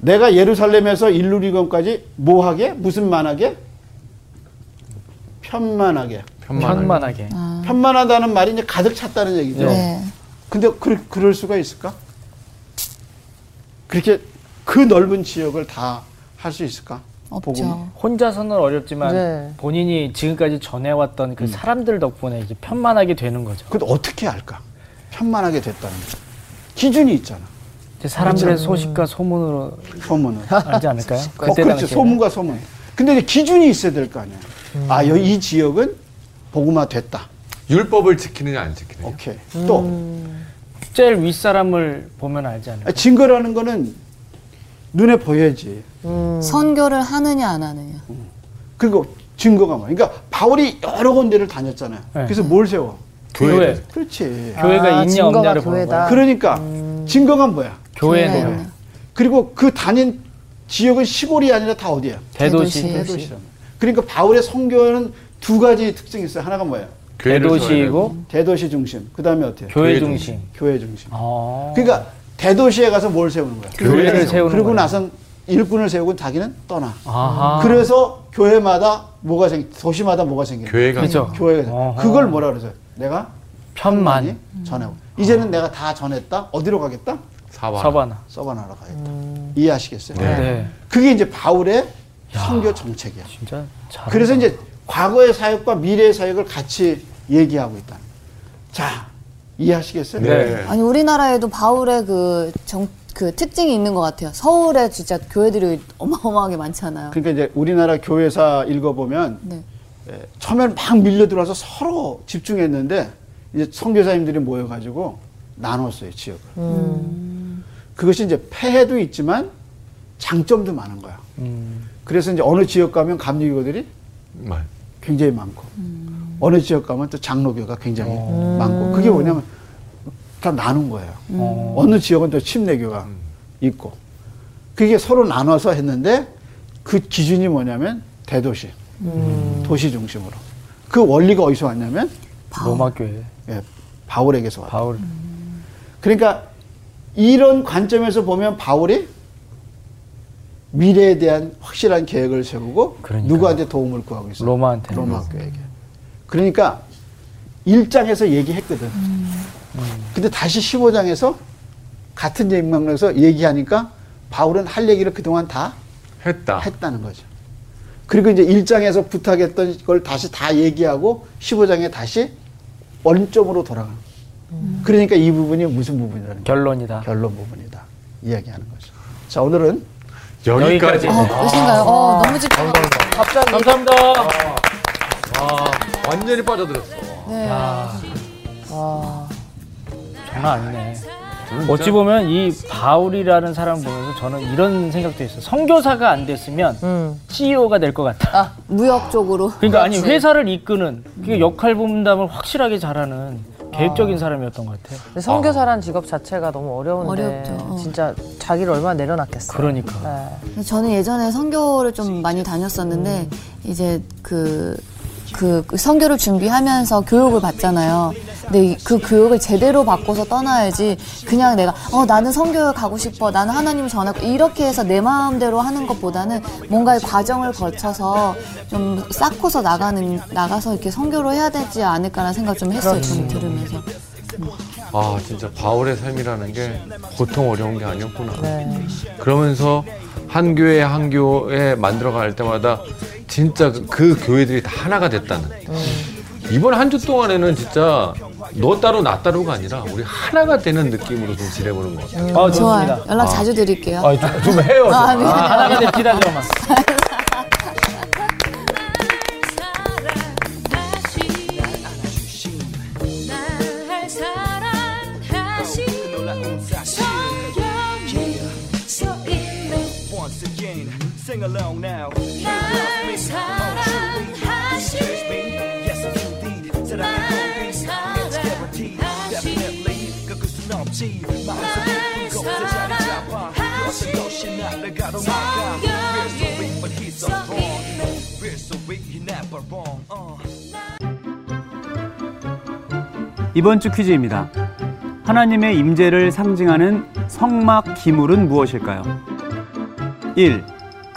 [SPEAKER 3] 내가 예루살렘에서 일루리건까지 뭐하게 무슨 만하게 편만하게
[SPEAKER 2] 편만하게.
[SPEAKER 6] 편만하게.
[SPEAKER 3] 편만하다는 말이 이제 가득 찼다는 얘기죠.
[SPEAKER 1] 음. 아, 네.
[SPEAKER 3] 근데 그, 그럴 수가 있을까? 그렇게 그 넓은 지역을 다 할 수 있을까? 복음이.
[SPEAKER 1] 없죠.
[SPEAKER 6] 혼자서는 어렵지만
[SPEAKER 5] 네.
[SPEAKER 6] 본인이 지금까지 전해왔던 그 사람들 덕분에 이제 편만하게 되는 거죠.
[SPEAKER 3] 근데 어떻게 할까? 편만하게 됐다는 거. 기준이 있잖아.
[SPEAKER 6] 이제 사람들의 소식과 소문으로
[SPEAKER 3] 소문은.
[SPEAKER 4] 아,
[SPEAKER 6] 알지 않을까요?
[SPEAKER 3] 음. 어, 그렇죠. 소문과 소문. 근데 이제 기준이 있어야 될 거 아니야. 아, 여- 이 지역은 복음화 됐다.
[SPEAKER 2] 율법을 지키느냐 안 지키느냐.
[SPEAKER 3] 오케이. 또
[SPEAKER 6] 제일 윗사람을 보면 알지 않을까요?
[SPEAKER 3] 아, 증거라는 거는 눈에 보여야지.
[SPEAKER 1] 선교를 하느냐 안 하느냐.
[SPEAKER 3] 그리고 증거가 뭐야. 그러니까 바울이 여러 군데를 다녔잖아요. 그래서 뭘 세워?
[SPEAKER 6] 교회.
[SPEAKER 3] 그렇지.
[SPEAKER 6] 교회가
[SPEAKER 5] 아,
[SPEAKER 6] 있냐
[SPEAKER 5] 증거가
[SPEAKER 6] 없냐를 보는
[SPEAKER 5] 교회다.
[SPEAKER 6] 거예요.
[SPEAKER 3] 그러니까 증거가 뭐야?
[SPEAKER 1] 교회는.
[SPEAKER 6] 교회는
[SPEAKER 3] 그리고 그 다닌 지역은 시골이 아니라 다 어디야?
[SPEAKER 6] 대도시,
[SPEAKER 1] 대도시.
[SPEAKER 3] 대도시란 말이야. 그러니까 바울의 성교는 두 가지 특징이 있어요. 하나가 뭐예요?
[SPEAKER 2] 교회를 세워야
[SPEAKER 6] 대도시이고
[SPEAKER 3] 대도시 중심. 그 다음에 어때요?
[SPEAKER 6] 교회
[SPEAKER 2] 교회
[SPEAKER 6] 중심.
[SPEAKER 3] 교회 중심.
[SPEAKER 6] 아.
[SPEAKER 3] 그러니까 대도시에 가서 뭘 세우는 거야?
[SPEAKER 6] 교회를 세우는
[SPEAKER 3] 그리고
[SPEAKER 6] 거야.
[SPEAKER 3] 나선 일꾼을 세우고 자기는 떠나.
[SPEAKER 6] 아하.
[SPEAKER 3] 그래서 교회마다 뭐가 생, 도시마다 뭐가 생기는 거야?
[SPEAKER 2] 교회가
[SPEAKER 6] 그죠.
[SPEAKER 3] 교회가 생-
[SPEAKER 6] 어허.
[SPEAKER 3] 그걸 뭐라 그러죠? 내가
[SPEAKER 6] 편만.
[SPEAKER 3] 편만히 전하고. 이제는 내가 다 전했다. 어디로 가겠다?
[SPEAKER 2] 사바.
[SPEAKER 6] 서바나.
[SPEAKER 3] 써바나로 가겠다. 이해하시겠어요?
[SPEAKER 6] 네.
[SPEAKER 3] 그게 이제 바울의 선교 정책이야.
[SPEAKER 6] 진짜 잘.
[SPEAKER 3] 그래서 이제 과거의 사역과 미래의 사역을 같이 얘기하고 있다. 자, 이해하시겠어요?
[SPEAKER 2] 네.
[SPEAKER 1] 아니 우리나라에도 바울의 그 정, 그 특징이 있는 것 같아요. 서울에 진짜 교회들이 어마어마하게 많잖아요.
[SPEAKER 3] 그러니까 이제 우리나라 교회사 읽어보면
[SPEAKER 1] 네.
[SPEAKER 3] 예, 처음엔 막 밀려 들어와서 서로 집중했는데 이제 선교사님들이 모여가지고 나눴어요 지역을. 그것이 이제 폐해도 있지만 장점도 많은 거야. 그래서 이제 어느 지역 가면 감리교들이
[SPEAKER 2] 말.
[SPEAKER 3] 굉장히 많고 어느 지역 가면 또 장로교가 굉장히 많고 그게 뭐냐면 다 나눈 거예요. 어느 지역은 또 침례교가 있고 그게 서로 나눠서 했는데 그 기준이 뭐냐면 대도시 도시 중심으로 그 원리가 어디서 왔냐면
[SPEAKER 6] 로마 교회.
[SPEAKER 3] 예, 바울에게서 왔다.
[SPEAKER 6] 바울.
[SPEAKER 3] 그러니까 이런 관점에서 보면 바울이 미래에 대한 확실한 계획을 세우고
[SPEAKER 6] 그러니까요.
[SPEAKER 3] 누구한테 도움을 구하고 있어요.
[SPEAKER 6] 로마한테.
[SPEAKER 3] 로마 교회에게. 그러니까 1장에서 얘기했거든.
[SPEAKER 6] 음.
[SPEAKER 3] 근데 다시 15장에서 같은 맥락에서 얘기하니까 바울은 할 얘기를 그동안 다
[SPEAKER 2] 했다.
[SPEAKER 3] 했다는 거죠. 그리고 이제 1장에서 부탁했던 걸 다시 다 얘기하고 15장에 다시 원점으로 돌아가는 거예요. 그러니까 이 부분이 무슨 부분이라는 거예요?
[SPEAKER 6] 결론이다.
[SPEAKER 3] 결론 부분이다. 이야기하는 거죠. 자, 오늘은
[SPEAKER 2] 여기까지.
[SPEAKER 6] 여기까지.
[SPEAKER 1] 어, 어떠신가요? 어, 너무 집중.
[SPEAKER 6] 감사합니다.
[SPEAKER 2] 와, 완전히 빠져들었어.
[SPEAKER 1] 네.
[SPEAKER 6] 장난 아니네. 어찌 보면 이 바울이라는 사람 보면서 저는 이런 생각도 했어요. 선교사가 안 됐으면
[SPEAKER 5] 음.
[SPEAKER 6] CEO가 될 것 같다.
[SPEAKER 1] 아, 무역 쪽으로.
[SPEAKER 6] 그러니까 아니 회사를 이끄는 그 역할 분담을 확실하게 잘하는
[SPEAKER 1] 아.
[SPEAKER 6] 계획적인 사람이었던 것 같아요.
[SPEAKER 5] 근데 선교사란 직업 자체가 너무 어려운데
[SPEAKER 1] 어렵죠. 어.
[SPEAKER 5] 진짜 자기를 얼마나 내려놨겠어.
[SPEAKER 6] 그러니까
[SPEAKER 5] 네.
[SPEAKER 1] 저는 예전에 선교를 좀 많이 다녔었는데 이제 그. 그, 그 선교를 준비하면서 교육을 받잖아요. 근데 이- 그 교육을 제대로 받고서 떠나야지 그냥 내가 어 나는 선교에 가고 싶어 나는 하나님을 전하고 이렇게 해서 내 마음대로 하는 것보다는 뭔가의 과정을 거쳐서 좀 쌓고서 나가는 나가서 이렇게 선교를 해야 되지 않을까라는 생각 좀 했어요. 좀 들으면서.
[SPEAKER 2] 아, 진짜 바울의 삶이라는 게 보통 어려운 게 아니었구나.
[SPEAKER 5] 네.
[SPEAKER 2] 그러면서 한 교회 한 교회 만들어갈 때마다
[SPEAKER 6] 음.
[SPEAKER 2] 진짜 그, 그 교회들이 다 하나가 됐다는. 이번 한 주 동안에는 진짜 너 따로 나 따로가 아니라 우리 하나가 되는 느낌으로 좀 지내보는 것 같아요.
[SPEAKER 4] 어,
[SPEAKER 1] 좋아요.
[SPEAKER 4] 좋습니다.
[SPEAKER 1] 연락 자주 드릴게요.
[SPEAKER 2] 아, 좀, 좀 해요. 좀.
[SPEAKER 1] 아, 미안해요.
[SPEAKER 4] 하나가 됩시다, 그러면.
[SPEAKER 7] 사랑하신 날 사랑하신 성경에 써있는
[SPEAKER 8] Once again, sing along now.
[SPEAKER 7] 날 사랑하신
[SPEAKER 8] Yes, indeed. Said I
[SPEAKER 7] 날
[SPEAKER 8] ain't gonna be. It's guaranteed. Definitely.
[SPEAKER 7] 사랑하신
[SPEAKER 8] 그끝은없지
[SPEAKER 7] 날
[SPEAKER 8] 마음속에 두고 제자리 잡아.
[SPEAKER 7] 사랑하신
[SPEAKER 8] 어떤 것이나 내가 도망가. We're so weak,
[SPEAKER 7] 성경에
[SPEAKER 8] but he's so strong.
[SPEAKER 7] 써있는
[SPEAKER 8] We're so weak, he's never wrong. Uh.
[SPEAKER 9] 이번 주 퀴즈입니다. 하나님의 임재를 상징하는 성막 기물은 무엇일까요? 1.